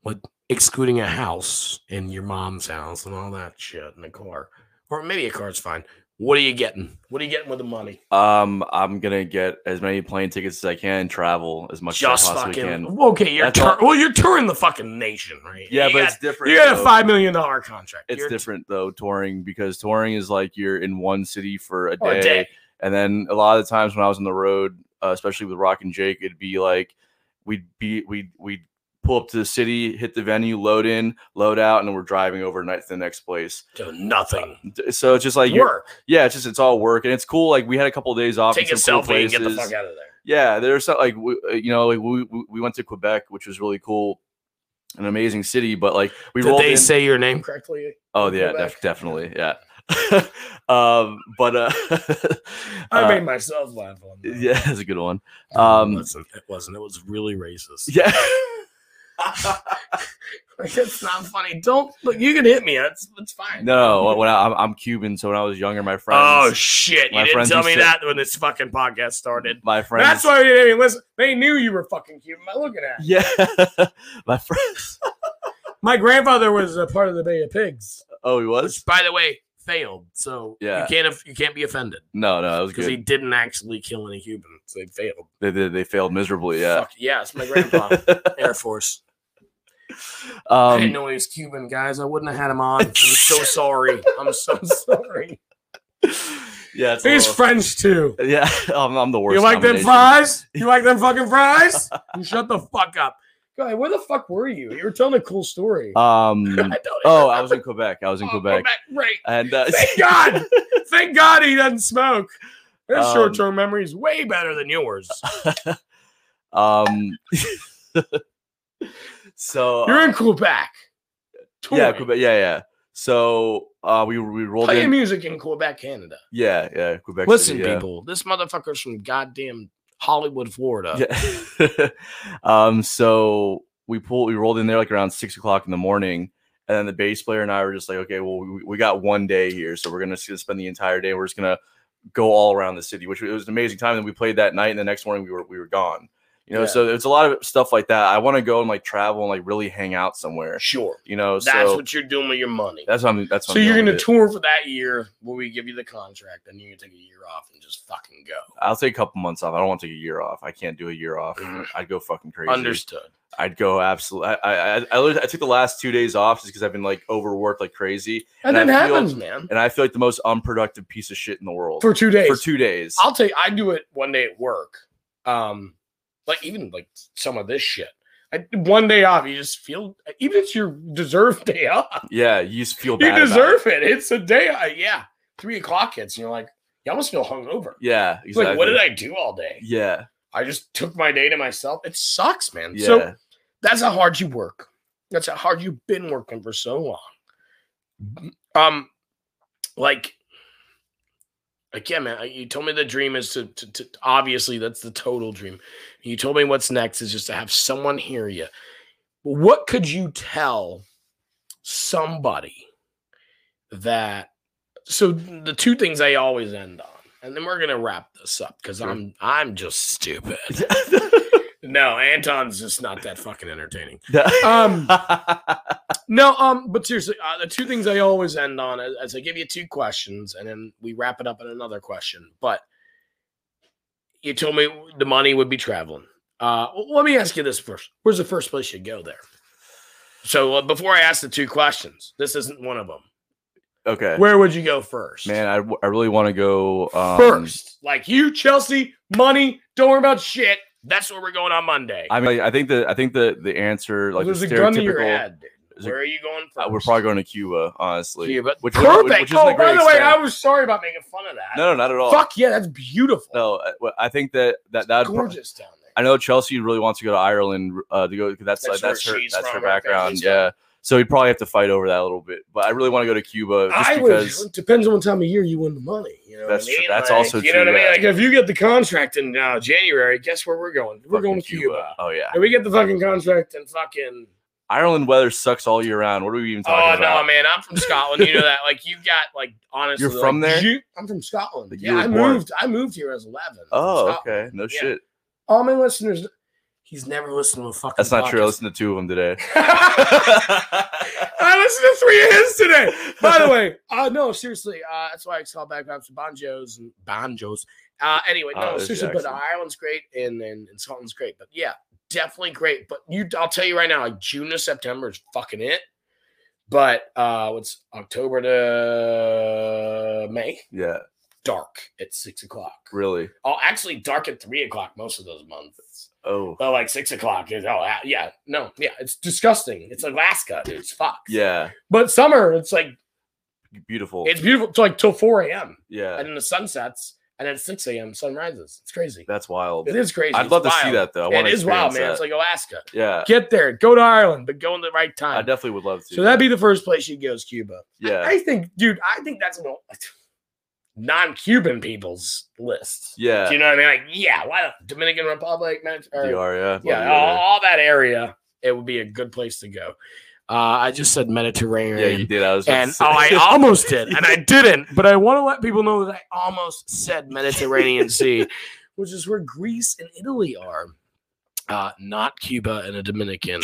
D: what excluding a house and your mom's house and all that shit and a car or maybe a car's fine what are you getting what are you getting with the money
C: Um, I'm gonna get as many plane tickets as I can, travel as much as
D: just
C: I possibly
D: fucking
C: can.
D: okay you're
C: That's
D: tour-
C: all-
D: well you're touring the fucking nation right
C: Yeah,
D: you
C: but
D: got,
C: it's different.
D: you got a
C: though.
D: five million dollar contract
C: It's
D: You're-
C: different though touring because touring is like you're in one city for a day,
D: or a day
C: and then a lot of the times when I was on the road, uh, especially with Rock and Jake, it'd be like we'd be we'd we'd pull up to the city, hit the venue, load in, load out, and then we're driving overnight to the next place.
D: to nothing
C: D- So it's just Uh, like you're-
D: work
C: yeah, it's just it's all work, and it's cool. Like we had a couple of days off, in
D: take a
C: some
D: selfie
C: cool
D: and get the
C: places.
D: fuck out of there
C: yeah there's not like we, uh, you know like we, we- we went to quebec which was really cool an amazing city but like we
D: did
C: rolled
D: they
C: in-
D: say your name correctly
C: oh yeah
D: Quebec?
C: def- definitely yeah [laughs] um but uh, [laughs]
D: i
C: uh,
D: made myself laugh on that.
C: yeah [laughs] that's a good
D: [laughs]
C: one
D: it
C: um,
D: wasn't it wasn't it was really racist
C: yeah [laughs]
D: Like, [laughs] it's not funny. Don't look. You can hit me. That's it's fine.
C: no when I, I'm, I'm cuban so when i was younger my friends
D: Oh shit! You
C: My
D: didn't
C: friends
D: tell
C: used
D: me
C: to-
D: that when this fucking podcast started.
C: my friends
D: That's why they didn't even listen. They knew you were fucking Cuban by looking at. you.
C: [laughs] yeah [laughs] my friends [laughs]
D: My grandfather was a part of the Bay of Pigs,
C: oh he was
D: which, by the way, failed. So
C: Yeah.
D: you can't you can't be offended
C: no no that was
D: because
C: good
D: he didn't actually kill any Cubans. They failed.
C: they, they, they failed miserably yeah
D: Fuck, yeah, it's
C: [laughs]
D: my grandpa, Air Force. I didn't
C: um [laughs]
D: know he was Cuban, guys. I wouldn't have had him on. I'm so sorry. I'm so sorry.
C: [laughs] yeah, it's a
D: He's
C: little-
D: French too.
C: [laughs] yeah. I'm, I'm the worst.
D: You like them
C: combination.
D: fries?
C: [laughs]
D: You like them fucking fries? You shut the fuck up. Guy, where the fuck were you? You were telling a cool story. [laughs]
C: Um. Oh, [laughs] I was in Quebec. I was in Quebec, [laughs]
D: Right.
C: and uh,
D: Thank God. [laughs] Thank God he doesn't smoke. His
C: Um, uh,
D: short term memory is way better than yours.
C: um. [laughs] so uh,
D: You're in Quebec.
C: yeah,
D: Touring.
C: Quebec. Yeah, yeah. So uh, we we rolled
D: Play
C: in.
D: music in Quebec, Canada.
C: Yeah, yeah. Quebec.
D: Listen,
C: City, yeah.
D: people, this motherfucker's from goddamn Hollywood, Florida.
C: Yeah. [laughs] um, so we pulled, we rolled in there like around six o'clock in the morning. And then the bass player and I were just like, okay, well, we, we got one day here. So we're going to spend the entire day. We're just going to go all around the city, which it was an amazing time. And we played that night. And the next morning we were, we were gone. You know,
D: Yeah.
C: so it's a lot of stuff like that. I want to go and like travel and like really hang out somewhere.
D: Sure.
C: You know,
D: That's
C: so
D: what you're doing with your money.
C: that's what I'm. That's what
D: So
C: I'm
D: you're
C: doing
D: gonna
C: with it.
D: tour for that year where we give you the contract, and you're gonna take a year off and just fucking go.
C: I'll take a couple months off. I don't want to take a year off. I can't do a year off.
D: Mm-hmm.
C: I'd go fucking crazy.
D: Understood.
C: I'd go absolutely. I I, I, I, lit- I took the last two days off just because I've been like overworked like crazy,
D: And,
C: And
D: that
C: I feel-
D: happens, man.
C: and I feel like the most unproductive piece of shit in the world
D: For two days.
C: for two days.
D: I'll tell you, I do it one day at work. Um, like even like some of this shit. I, one day off, you just feel even if it's your deserved [laughs] day off,
C: yeah, you just feel
D: you
C: bad. about
D: deserve it. It's a day. I, yeah, three o'clock hits, and you're like, you almost feel hungover.
C: it. Yeah,
D: It's
C: exactly.
D: Like, what did I do all day?
C: Yeah,
D: I just took my day to myself. It sucks, man.
C: yeah.
D: So that's how hard you work. That's how hard you've been working for so long. Um, like again, man, you told me the dream is to, to, to obviously that's the total dream. You told me what's next is just to have someone hear you. What could you tell somebody that? So the two things I always end on, and then we're gonna wrap this up because
C: Sure.
D: I'm I'm just stupid. No, Anton's just not that fucking entertaining.
C: [laughs]
D: Um, No, um, but seriously, uh, the two things I always end on is, is I give you two questions, and then we wrap it up in another question. But you told me the money would be traveling. Uh, w- let me ask you this first: Where's the first place you go there? So uh, before I ask the two questions, this isn't one of them.
C: okay,
D: Where would you go first?
C: man, I, w- I really want to go um,
D: first, like you, Chelsea, money. Don't worry about shit. That's where we're going on Monday.
C: I mean, I think the I think the the answer like
D: There's
C: the
D: a gun to your
C: stereotypical.
D: head, dude.
C: there's a-
D: Where are you going
C: uh,
D: first?
C: we're probably going to Cuba, honestly.
D: Cuba.
C: Which, which-
D: Perfect.
C: which isn't a
D: oh, by
C: great
D: the way,
C: extent.
D: I was sorry about making fun of that.
C: no, no, not at all.
D: Fuck yeah, that's beautiful.
C: No, I- well, I think that that that
D: It's gorgeous down there.
C: I know Chelsea really wants to go to Ireland uh, to go because that's
D: That's
C: like, that's
D: where
C: her
D: she's
C: that's her
D: from, her
C: background.
D: family's
C: Yeah, so we probably have to fight over that a little bit. But I really want to go to Cuba just
D: I
C: because.
D: would. Depends on what time of year you win the money. You know what I
C: That's true.
D: mean?
C: That's
D: Like,
C: also
D: You know
C: true,
D: what I mean?
C: yeah.
D: Like if you get the contract in uh, January, guess where we're going? We're
C: fucking
D: going to Cuba.
C: Oh yeah,
D: And we get the fucking contract and fucking.
C: Ireland weather sucks all year round. What are we even talking
D: Oh
C: about?
D: no, man! I'm from Scotland. You know that. Like you've got like honestly.
C: You're from
D: like,
C: there?
D: you- I'm from Scotland.
C: Like, you
D: Yeah,
C: were
D: I
C: born-
D: moved. I moved here as 11. from
C: Oh
D: Scotland.
C: okay, no
D: Yeah.
C: shit.
D: All my listeners, he's never listened to a fucking.
C: That's not true. I
D: podcast.
C: listened to two of them
D: [laughs]
C: today. [laughs]
D: I listened to three of his today. By the way, [laughs] uh, no, seriously, uh, that's why it's called back up to banjos and banjos. Uh, anyway, no,
C: Oh, there's the
D: seriously, but
C: accent.
D: Ireland's great and, and and Scotland's great, but yeah, definitely great. But you, I'll tell you right now, like June to September is fucking it. But uh, what's October to May?
C: yeah,
D: Dark at six o'clock.
C: really.
D: Oh, actually, dark at three o'clock most of those months.
C: Oh
D: But like six o'clock is oh uh, yeah no yeah it's disgusting. It's Alaska, dude. It's fucked.
C: yeah,
D: But summer, it's like
C: beautiful.
D: it's beautiful till like till 4 a.m.
C: yeah,
D: and then the sun sets, and at 6 a.m. sun rises. It's crazy.
C: that's wild.
D: It is crazy.
C: I'd
D: It's
C: love to see
D: wild.
C: that though. I
D: Yeah,
C: want
D: it
C: to
D: is wild, man.
C: experience
D: It's
C: that.
D: like Alaska.
C: yeah,
D: Get there, go to Ireland, but go in the right
C: I
D: time.
C: definitely would love to.
D: so that'd be the first place you go is Cuba. I-
C: yeah.
D: I, think, dude, I think that's an non-Cuban people's list. [laughs]
C: yeah,
D: Do you know what I mean? Like, yeah, why not? Dominican Republic, Mex- or-
C: DR, yeah. Love
D: yeah, Oh,
C: you there.
D: all, all that area, it would be a good place to go. Uh, I just said Mediterranean.
C: Yeah, you did. I was about to
D: and
C: say.
D: oh, I [laughs] almost did, and I didn't. But I want to let people know that I almost said Mediterranean [laughs] Sea, which is where Greece and Italy are, uh, not Cuba and a [laughs] Dominican.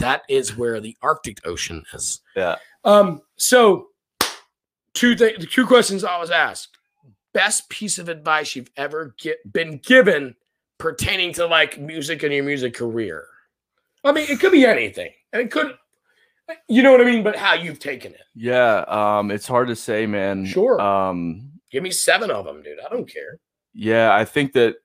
D: that is where the Arctic Ocean is.
C: Yeah.
D: Um. So, two th- the two questions I was asked: best piece of advice you've ever get- been given pertaining to like music and your music career. I mean, it could be anything. And It could You know what I mean? But how you've taken it.
C: Yeah, um, it's hard to say, man.
D: Sure.
C: Um,
D: Give me seven of them, dude. I don't care.
C: yeah, I think that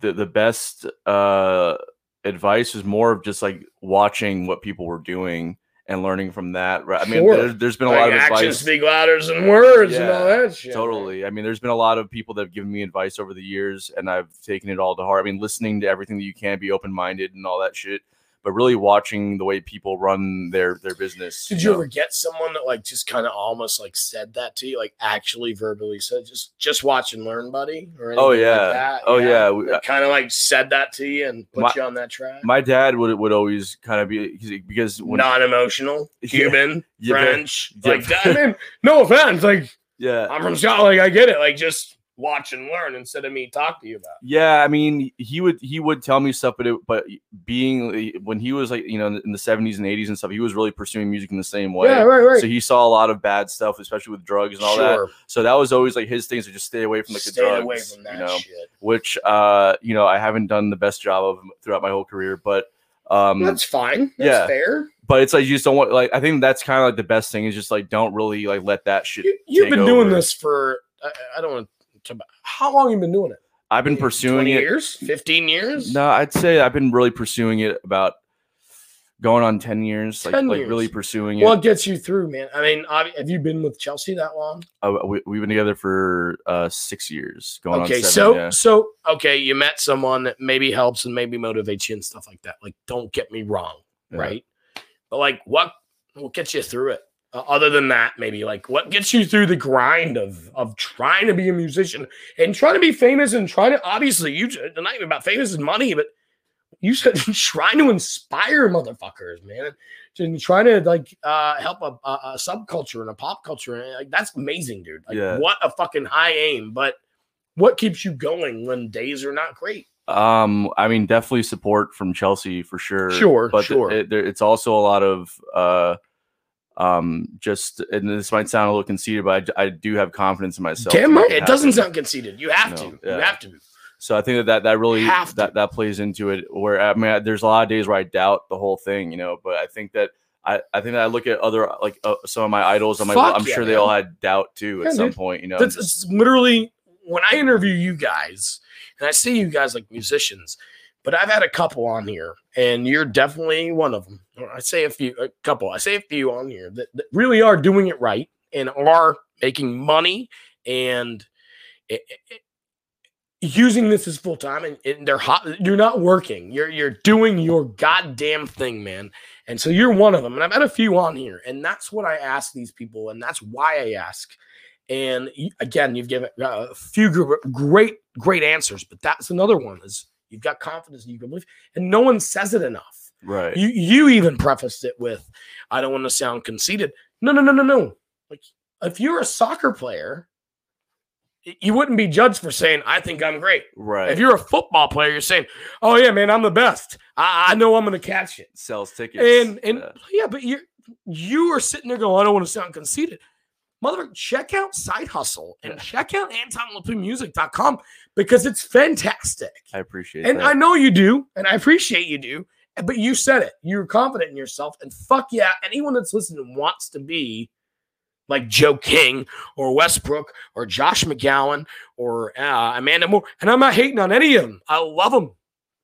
C: the the best uh, advice is more of just like watching what people were doing and learning from that. Right? I mean,
D: Sure.
C: there, there's been a lot
D: Like,
C: of
D: actions
C: advice.
D: speak louder than words and all
C: Yeah,
D: that shit.
C: Totally. I mean, there's been a lot of people that have given me advice over the years, and I've taken it all to heart. I mean, listening to everything that you can, be open minded, and all that shit. But really, watching the way people run their their business.
D: Did you ever get someone that like just kind of almost like said that to you, like actually verbally said, "Just just watch and learn, buddy"? Or
C: Oh,
D: anything
C: yeah. Oh, yeah. We-
D: kind of like said that to you and put
C: My-
D: you on that track.
C: My dad would would always kind of be 'cause- because when
D: Non-emotional,
C: [laughs] Yeah.
D: Cuban,
C: Yeah, but-
D: French,
C: yeah,
D: like that. I mean, no offense, like
C: yeah
D: I'm from Scotland, like, I get it. Like just watch and learn instead of me talk to you about.
C: yeah I mean he would he would tell me stuff but it, but being when he was like you know in the 70s and 80s and stuff he was really pursuing music in the same
D: it.
C: way
D: right,
C: so he saw a lot of bad stuff especially with drugs and all that so that was always like his thing to just stay away from like the
D: Stay
C: drugs
D: away from that
C: you know
D: shit.
C: which uh you know I haven't done the best job of throughout my whole career but um
D: That's fine. That's
C: yeah.
D: fair.
C: but it's like you just don't want like I think that's kind of like the best thing is just like don't really like let that shit
D: You, you've
C: take
D: been doing
C: over.
D: this for I, I don't want to. How long you been doing it?
C: I've been pursuing
D: 20
C: it
D: years 15 years
C: No, I'd say I've been really pursuing it about going on 10 years, like,
D: 10
C: like really
D: years.
C: pursuing it.
D: well it gets you through man i mean ob- have you been with chelsea that long
C: Uh, we, we've been together for uh, six years, going
D: okay
C: on seven.
D: so
C: yeah.
D: so okay you met someone that maybe helps and maybe motivates you and stuff like that like don't get me wrong
C: Yeah.
D: right but like what what gets you through it Uh, other than that maybe like what gets you through the grind of of trying to be a musician and trying to be famous and trying to obviously you j- not even about famous and money but you said [laughs] trying to inspire motherfuckers man and trying to like uh help a, a, a subculture and a pop culture and like that's amazing dude like
C: Yeah.
D: what a fucking high aim but what keeps you going when days are not great
C: Um, I mean, definitely support from Chelsea for sure.
D: Sure,
C: but th-
D: sure.
C: it- there- it's also a lot of uh, um, just and this might sound a little conceited, but I, I do have confidence in myself. to
D: damn
C: make
D: right it
C: happen.
D: doesn't sound conceited you have
C: No,
D: to
C: yeah.
D: you have to
C: So I think that that, that really
D: Have to.
C: that, that plays into it. Where I mean, I- there's a lot of days where I doubt the whole thing, you know. But I think that I, I think that I look at other like uh, some of my idols. I'm like, well,
D: Fuck
C: I'm
D: yeah,
C: sure they
D: man.
C: all had doubt too
D: Yeah,
C: at some
D: dude.
C: point, you know.
D: That's it's literally when I interview you guys, and I see you guys like musicians, but I've had a couple on here, and you're definitely one of them. Or I say a few, a couple, I say a few on here that, that really are doing it right and are making money and i- i- i- using this as full time, and, and they're hot. You're not working. You're you're doing your goddamn thing, man. And so you're one of them. And I've had a few on here, and that's what I ask these people, and that's why I ask. And you- again, you've given uh, a few gr- great, great answers, but that's another one is you've got confidence you can believe, and no one says it enough.
C: right.
D: You you even prefaced it with, "I don't want to sound conceited." No, no, no, no, no. Like if you're a soccer player, y- you wouldn't be judged for saying, "I think I'm great."
C: right.
D: If you're a football player, you're saying, "Oh yeah, man, I'm the best. I, I know I'm going to catch it."
C: sells tickets
D: And and
C: yeah.
D: yeah, but you you are sitting there going, I don't want to sound conceited. Mother, check out Side Hustle and
C: Yeah.
D: check out AntonLapuMusic.com because it's fantastic.
C: I appreciate
D: And
C: that.
D: I know you do, and I appreciate you do, but you said it. You're confident in yourself. And fuck yeah, anyone that's listening wants to be like Joe King or Westbrook or Josh McGowan or uh, Amanda Moore. And I'm not hating on any of them. I love them.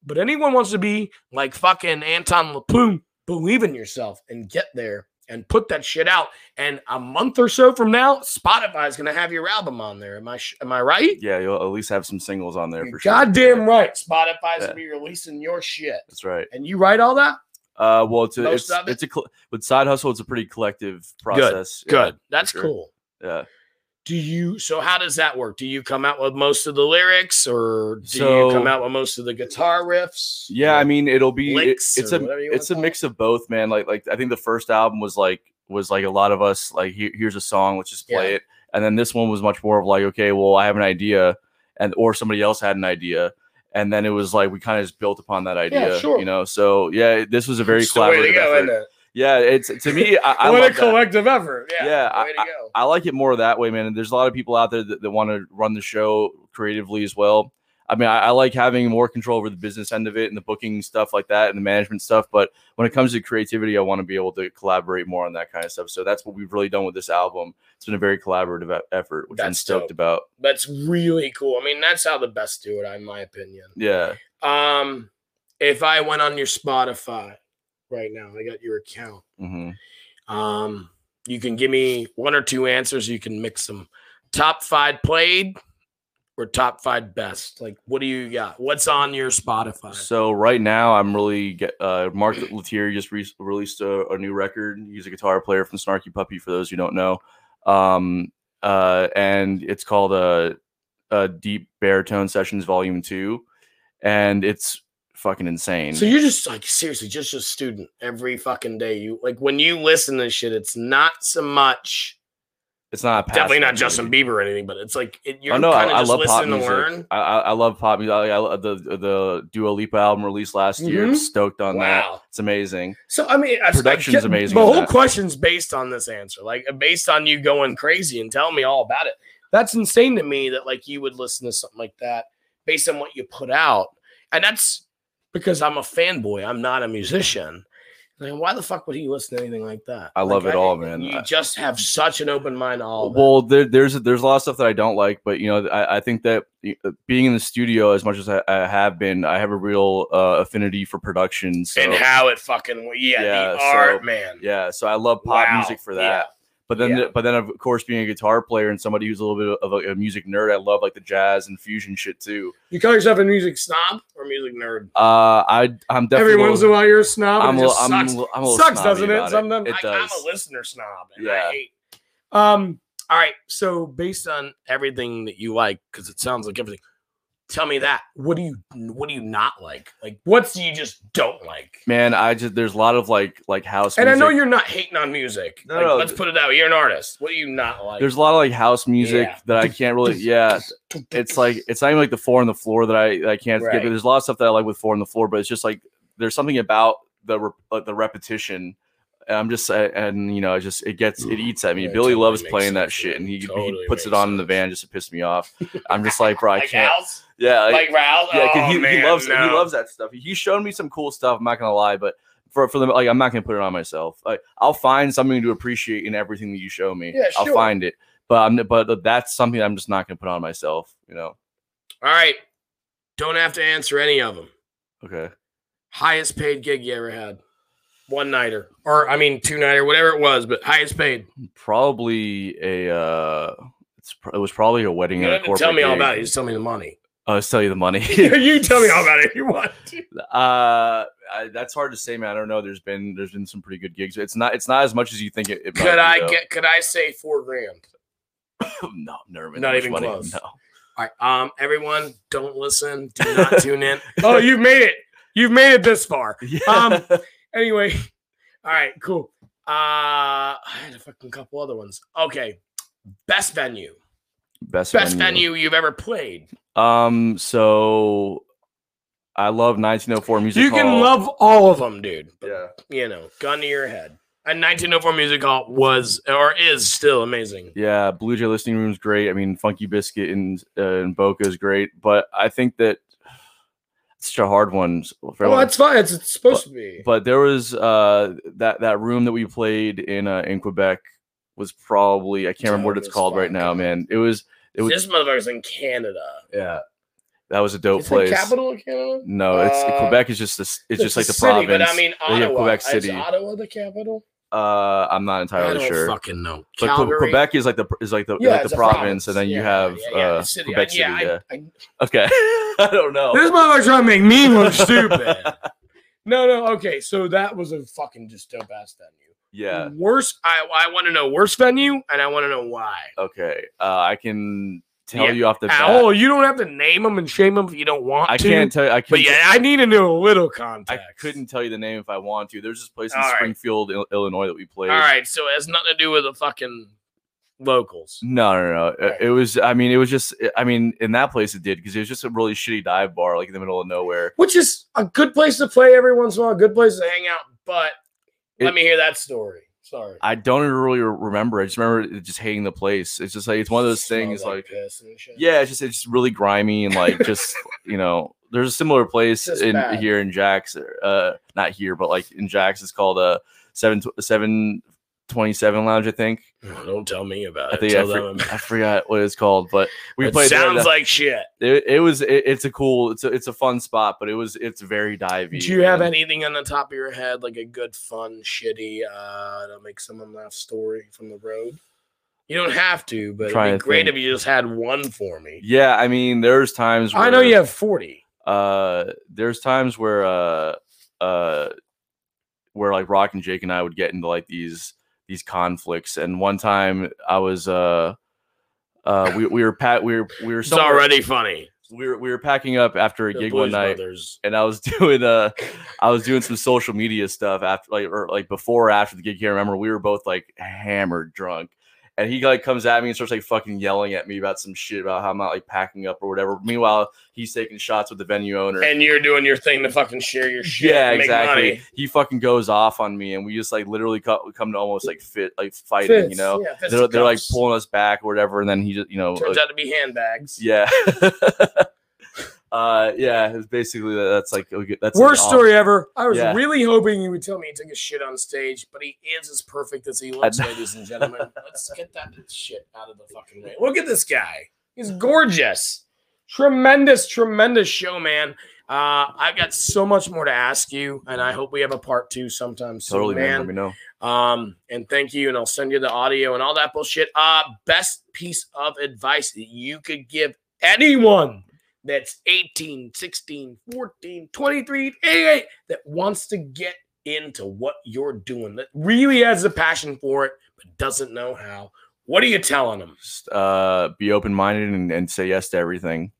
D: But anyone wants to be like fucking Anton LaPoon, believe in yourself and get there and put that shit out. And a month or so from now, Spotify's going to have your album on there. Am I sh- am I right?
C: yeah, you'll at least have some singles on there
D: You're
C: for sure.
D: goddamn right. Spotify's
C: Yeah.
D: gonna be releasing your shit,
C: That's right.
D: and you write all that.
C: Uh, well, it's a,
D: Most
C: it's,
D: of it?
C: it's a cl- with side hustle. It's a pretty collective process. yeah,
D: that's
C: sure.
D: cool.
C: Yeah.
D: Do you? So how does that work? Do you come out with most of the lyrics, or do you
C: So-
D: come out with most of the guitar riffs?
C: Yeah, I mean, it'll be it-
D: licks
C: it's
D: or
C: a
D: whatever you wanna
C: it's a
D: call
C: mix of both, man. Like like I think the first album was like was like a lot of us like here, here's a song, let's just play
D: Yeah.
C: it, and then this one was much more of like okay, well I have an idea, and or somebody else had an idea, and then it was like we kind of just built upon that idea,
D: sure.
C: you know. So yeah, this was a very
D: It's the way to
C: collaborative.
D: go,
C: effort.
D: isn't it?
C: Yeah, it's to me, I, I
D: [laughs] what
C: love
D: a
C: that.
D: collective effort. Yeah,
C: Yeah,
D: the
C: I-
D: way to go.
C: I like it more that way, man. And there's a lot of people out there that, that want to run the show creatively as well. I mean, I, I like having more control over the business end of it and the booking stuff like that and the management stuff. But when it comes to creativity, I want to be able to collaborate more on that kind of stuff. So that's what we've really done with this album. It's been a very collaborative e- effort, which I'm
D: That's
C: stoked
D: dope.
C: about.
D: That's really cool. I mean, that's how the best do it, in my opinion.
C: Yeah.
D: Um, if I went on your Spotify right now, I got your account.
C: hmm
D: Um, you can give me one or two answers. You can mix them. Top five played or top five best. Like, what do you got? What's on your Spotify?
C: So right now, I'm really get, uh, Mark Letier just re- released a, a new record. He's a guitar player from Snarky Puppy. For those who don't know, um, uh, and it's called uh, uh, Deep Baritone Sessions Volume Two, and it's fucking insane.
D: So you're just like seriously, just a student every fucking day. You like when you listen to shit, it's not so much
C: it's not a
D: definitely
C: passive
D: not
C: music.
D: Justin Bieber or anything, but it's like it, you're
C: I know. I,
D: kind of
C: Oh, I
D: just
C: love pop
D: listening to
C: music.
D: learn.
C: I, I, I love pop music. I, I, lo- the the Dua Lipa album released last year.
D: Mhm.
C: Stoked on that.
D: Wow.
C: It's amazing.
D: So I mean, I- I
C: Production's
D: get-
C: amazing
D: The
C: on
D: whole
C: that.
D: question's based on this answer, like based on you going crazy and telling me all about it. That's insane to me that like you would listen to something like that based on what you put out, and that's because I'm a fanboy. I'm not a musician. Like, why the fuck would he listen to anything like that?
C: I love
D: Like,
C: it all, man.
D: You
C: I-
D: just have such an open mind. to All of it.
C: well there, there's there's a lot of stuff that i don't like but you know i, I think that uh, being in the studio as much as i, I have been i have a real uh, affinity for production so,
D: and how it fucking yeah,
C: Yeah,
D: the
C: so-
D: art man.
C: yeah so i love pop
D: Wow.
C: music for that
D: Yeah.
C: But then,
D: Yeah.
C: but then, of course, being a guitar player and somebody who's a little bit of a, a music nerd, I love like the jazz and fusion shit too.
D: You call yourself a music snob or music nerd?
C: Uh, I, I'm definitely
D: Every once in a while, you're a snob. and
C: I'm,
D: it
C: a-
D: just
C: I'm,
D: sucks.
C: a little- I'm a little
D: sucks,
C: snobby
D: doesn't
C: about
D: it? Sometimes
C: it,
D: I,
C: does.
D: I'm a listener snob, and
C: Yeah.
D: I hate. Um. All right. So based on everything that you like, because it sounds like everything, tell me that. What do you What do you not like? Like, what's you just don't like?
C: Man, I just there's a lot of like like house.
D: And I know
C: music.
D: you're not hating on music.
C: No,
D: Like,
C: no,
D: let's put it out. You're an artist. What do you not like?
C: there's a lot of like house music
D: Yeah.
C: that I can't
D: [laughs]
C: really. Yeah, it's like it's not even like the four on the floor that I that I can't
D: Right.
C: get. There's a lot of stuff that I like with four on the floor, but it's just like there's something about the re- like the repetition. And I'm just I- and you know it just it gets it eats at me.
D: Yeah, it
C: Billy
D: totally
C: loves
D: makes
C: playing that
D: sense,
C: shit,
D: man.
C: and he, he
D: Totally
C: puts it
D: makes
C: on in the
D: sense.
C: van just to piss me off. I'm just like bro, I
D: [laughs] like
C: can't.
D: Al's?
C: Yeah, like,
D: Like, Ralph?
C: yeah, 'cause
D: oh,
C: he,
D: man,
C: he loves
D: no.
C: he loves that stuff. He's shown me some cool stuff. I'm not gonna lie, but for for the like, I'm not gonna put it on myself. Like, I'll find something to appreciate in everything that you show me.
D: Yeah,
C: I'll
D: sure.
C: find it, but I'm but that's something I'm just not gonna put on myself. You know?
D: All right. Don't have to answer any of them.
C: Okay.
D: Highest paid gig you ever had? One nighter, or I mean, two nighter, whatever it was, but highest paid.
C: Probably a uh, it's pr- it was probably a wedding at
D: You don't
C: a
D: have to
C: corporate.
D: tell me all
C: gig.
D: about it. You just tell me the [laughs] money.
C: I'll just tell you the money.
D: [laughs]
C: [laughs]
D: you tell me all about it if you want. to.
C: uh, I, that's hard to say, man. I don't know. There's been there's been some pretty good gigs. It's not it's not as much as you think it. it might
D: Could
C: be,
D: I
C: though.
D: get? Could I say four grand?
C: [laughs] no? Never been
D: Not
C: that much
D: even
C: money. [laughs]
D: close.
C: No.
D: All right, um, everyone, don't listen.
C: [laughs]
D: Do not tune in. oh, you've made it. You've made it this far.
C: [laughs]
D: Um, Anyway, [laughs] all right, cool. Uh, I had a fucking couple other ones. Okay, best venue,
C: best
D: best venue you've ever played.
C: Um, so I love 1904 music.
D: You can
C: Hall.
D: love all of them, dude. but
C: yeah.
D: you know, gun to your head. And 1904 Music Hall was or is still amazing.
C: Yeah, Blue Jay listening room's great. I mean, Funky Biscuit and uh, and Boca is great, but I think that it's such a hard one. s- for
D: Well,
C: everyone.
D: that's fine. It's, it's supposed to be.
C: But there was uh that that room that we played in uh, in Quebec was probably I can't remember what
D: Dope
C: it's
D: as
C: called right
D: fuck.
C: now, man. It was it was
D: this motherfucker's in Canada.
C: yeah, that was a dope
D: Is it
C: place.
D: capital of Canada?
C: No, it's
D: Uh,
C: Quebec is just this. It's, just
D: a
C: like the
D: city,
C: province.
D: But I mean,
C: Yeah,
D: Ottawa.
C: Quebec
D: Is
C: City.
D: Ottawa the capital?
C: uh, I'm not
D: I
C: entirely
D: don't
C: sure.
D: fucking know.
C: But Que-
D: Calgary?
C: Quebec is like the is like the
D: Yeah,
C: like
D: it's
C: the
D: a
C: province, and then you
D: Yeah,
C: have
D: yeah, yeah,
C: uh,
D: the city.
C: Quebec
D: I-
C: City. Oh. Yeah,
D: I, I,
C: Okay, [laughs] I don't know.
D: This motherfucker's trying to make me
C: [laughs]
D: look stupid. No, no, okay. So that was a fucking just dope ass venue.
C: Yeah.
D: Worst, I, I want to know worst venue, and I want to know why.
C: Okay. Uh, I can tell
D: Yeah.
C: you off the bat.
D: Oh, you don't have to name them and shame them if you don't want
C: I
D: to.
C: can't tell. I
D: But
C: couldn't,
D: yeah, I need to know a little
C: I
D: context.
C: couldn't tell you the name if I want to. There's this place in
D: All right.
C: Springfield, Il- Illinois, that we played.
D: All right, so it has nothing to do with the fucking locals.
C: No, no, no. It-
D: Right.
C: It was. I mean, it was just. I mean, in that place it did because it was just a really shitty dive bar, like in the middle of nowhere.
D: Which is a good place to play every once in a while, a good place to hang out. But
C: It-
D: let me hear that story. So Sorry.
C: I don't even really remember. I just remember it just hating the place. It's just like it's one of those
D: Smells
C: things like
D: piss and shit.
C: yeah, it's just it's just really grimy and like
D: [laughs]
C: just you know, there's a similar place
D: Just
C: in
D: bad.
C: here in Jax, uh, not here, but like in Jax, it's called uh seven seven twenty seven lounge, I think.
D: Oh, Don't tell me about
C: I
D: it.
C: think I,
D: tell
C: for-
D: them.
C: I forgot what it's called, but we
D: it
C: played there.
D: sounds
C: That-
D: like shit.
C: it, it was it, it's a cool it's a, it's a fun spot, but it was it's very divey.
D: Do you have
C: and-
D: anything on the top of your head, like a good, fun, shitty, uh, to make someone laugh story from the road? You don't have to, but it'd
C: Trying
D: be
C: to
D: great
C: think.
D: if you just had one for me.
C: Yeah, I mean, there's times where
D: I know you have forty.
C: uh there's times where uh uh where like rock and jake and i would get into like these these conflicts and one time i was uh uh we, we were pat we were we were
D: It's
C: somewhere-
D: already funny.
C: we were we were packing up after a
D: The
C: gig one
D: Blues
C: night
D: Brothers.
C: and I was [laughs] doing uh I was doing some social media stuff after like or like before or after the gig here. I remember we were both like hammered drunk. And he like comes at me and starts like fucking yelling at me about some shit about how I'm not like packing up or whatever. Meanwhile, he's taking shots with the venue owner.
D: and you're doing your thing to fucking share your shit.
C: yeah,
D: and make
C: exactly.
D: money.
C: He fucking goes off on me, and we just like literally co- come to almost like fit like fighting. you
D: Fists,
C: know,
D: yeah, fists
C: they're,
D: and
C: they're like
D: cuffs.
C: pulling us back or whatever, and then he just you know
D: Turns
C: uh,
D: out to be handbags.
C: yeah. [laughs] Uh yeah, it's basically that's like okay, that's like, oh,
D: Worst
C: all-
D: story ever. I was
C: Yeah.
D: really hoping you would tell me he took a shit on stage, but he is as perfect as he looks,
C: know.
D: ladies and
C: [laughs]
D: gentlemen. Let's get that shit out of the fucking way. Look at this guy. He's gorgeous. Tremendous, tremendous show, man. Uh, I've got so much more to ask you, and I hope we have a part two sometime soon,
C: Totally, man.
D: man.
C: Let me know.
D: Um, and thank you, and I'll send you the audio and all that bullshit. Uh, best piece of advice that you could give anyone that's 18, 16, 14, 23, 88 that wants to get into what you're doing, that really has the passion for it, but doesn't know how. What are you telling them?
C: Just, uh, be open minded and, and say yes to everything.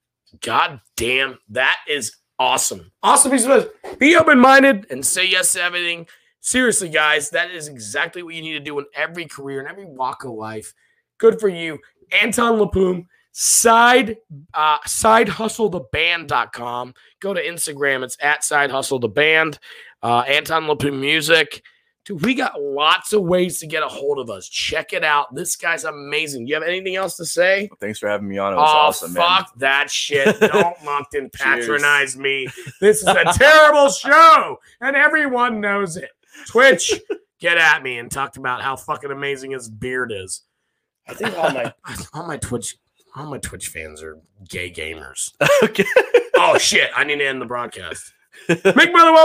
D: God damn, that is awesome. Awesome piece of advice. Be open minded and say yes to everything. Seriously, guys, that is exactly what you need to do in every career, in every walk of life. Good for you. Anton Lapoom, side uh, sidehustletheband.com. Go to Instagram, it's at sidehustletheband. Uh, Anton Lapoom Music. Dude, we got lots of ways to get a hold of us. Check it out. This guy's amazing. You have anything else to say?
C: Thanks for having me on. It
D: Oh,
C: was awesome, man.
D: fuck that shit. Don't [laughs] Moncton
C: Cheers.
D: patronize me. This is a terrible show, and everyone knows it. [laughs] Twitch, get at me and talk about how fucking amazing his beard is. I think all my [laughs] all my Twitch all my Twitch fans are gay gamers. [laughs]
C: okay.
D: Oh shit, I need to end the broadcast. Make brother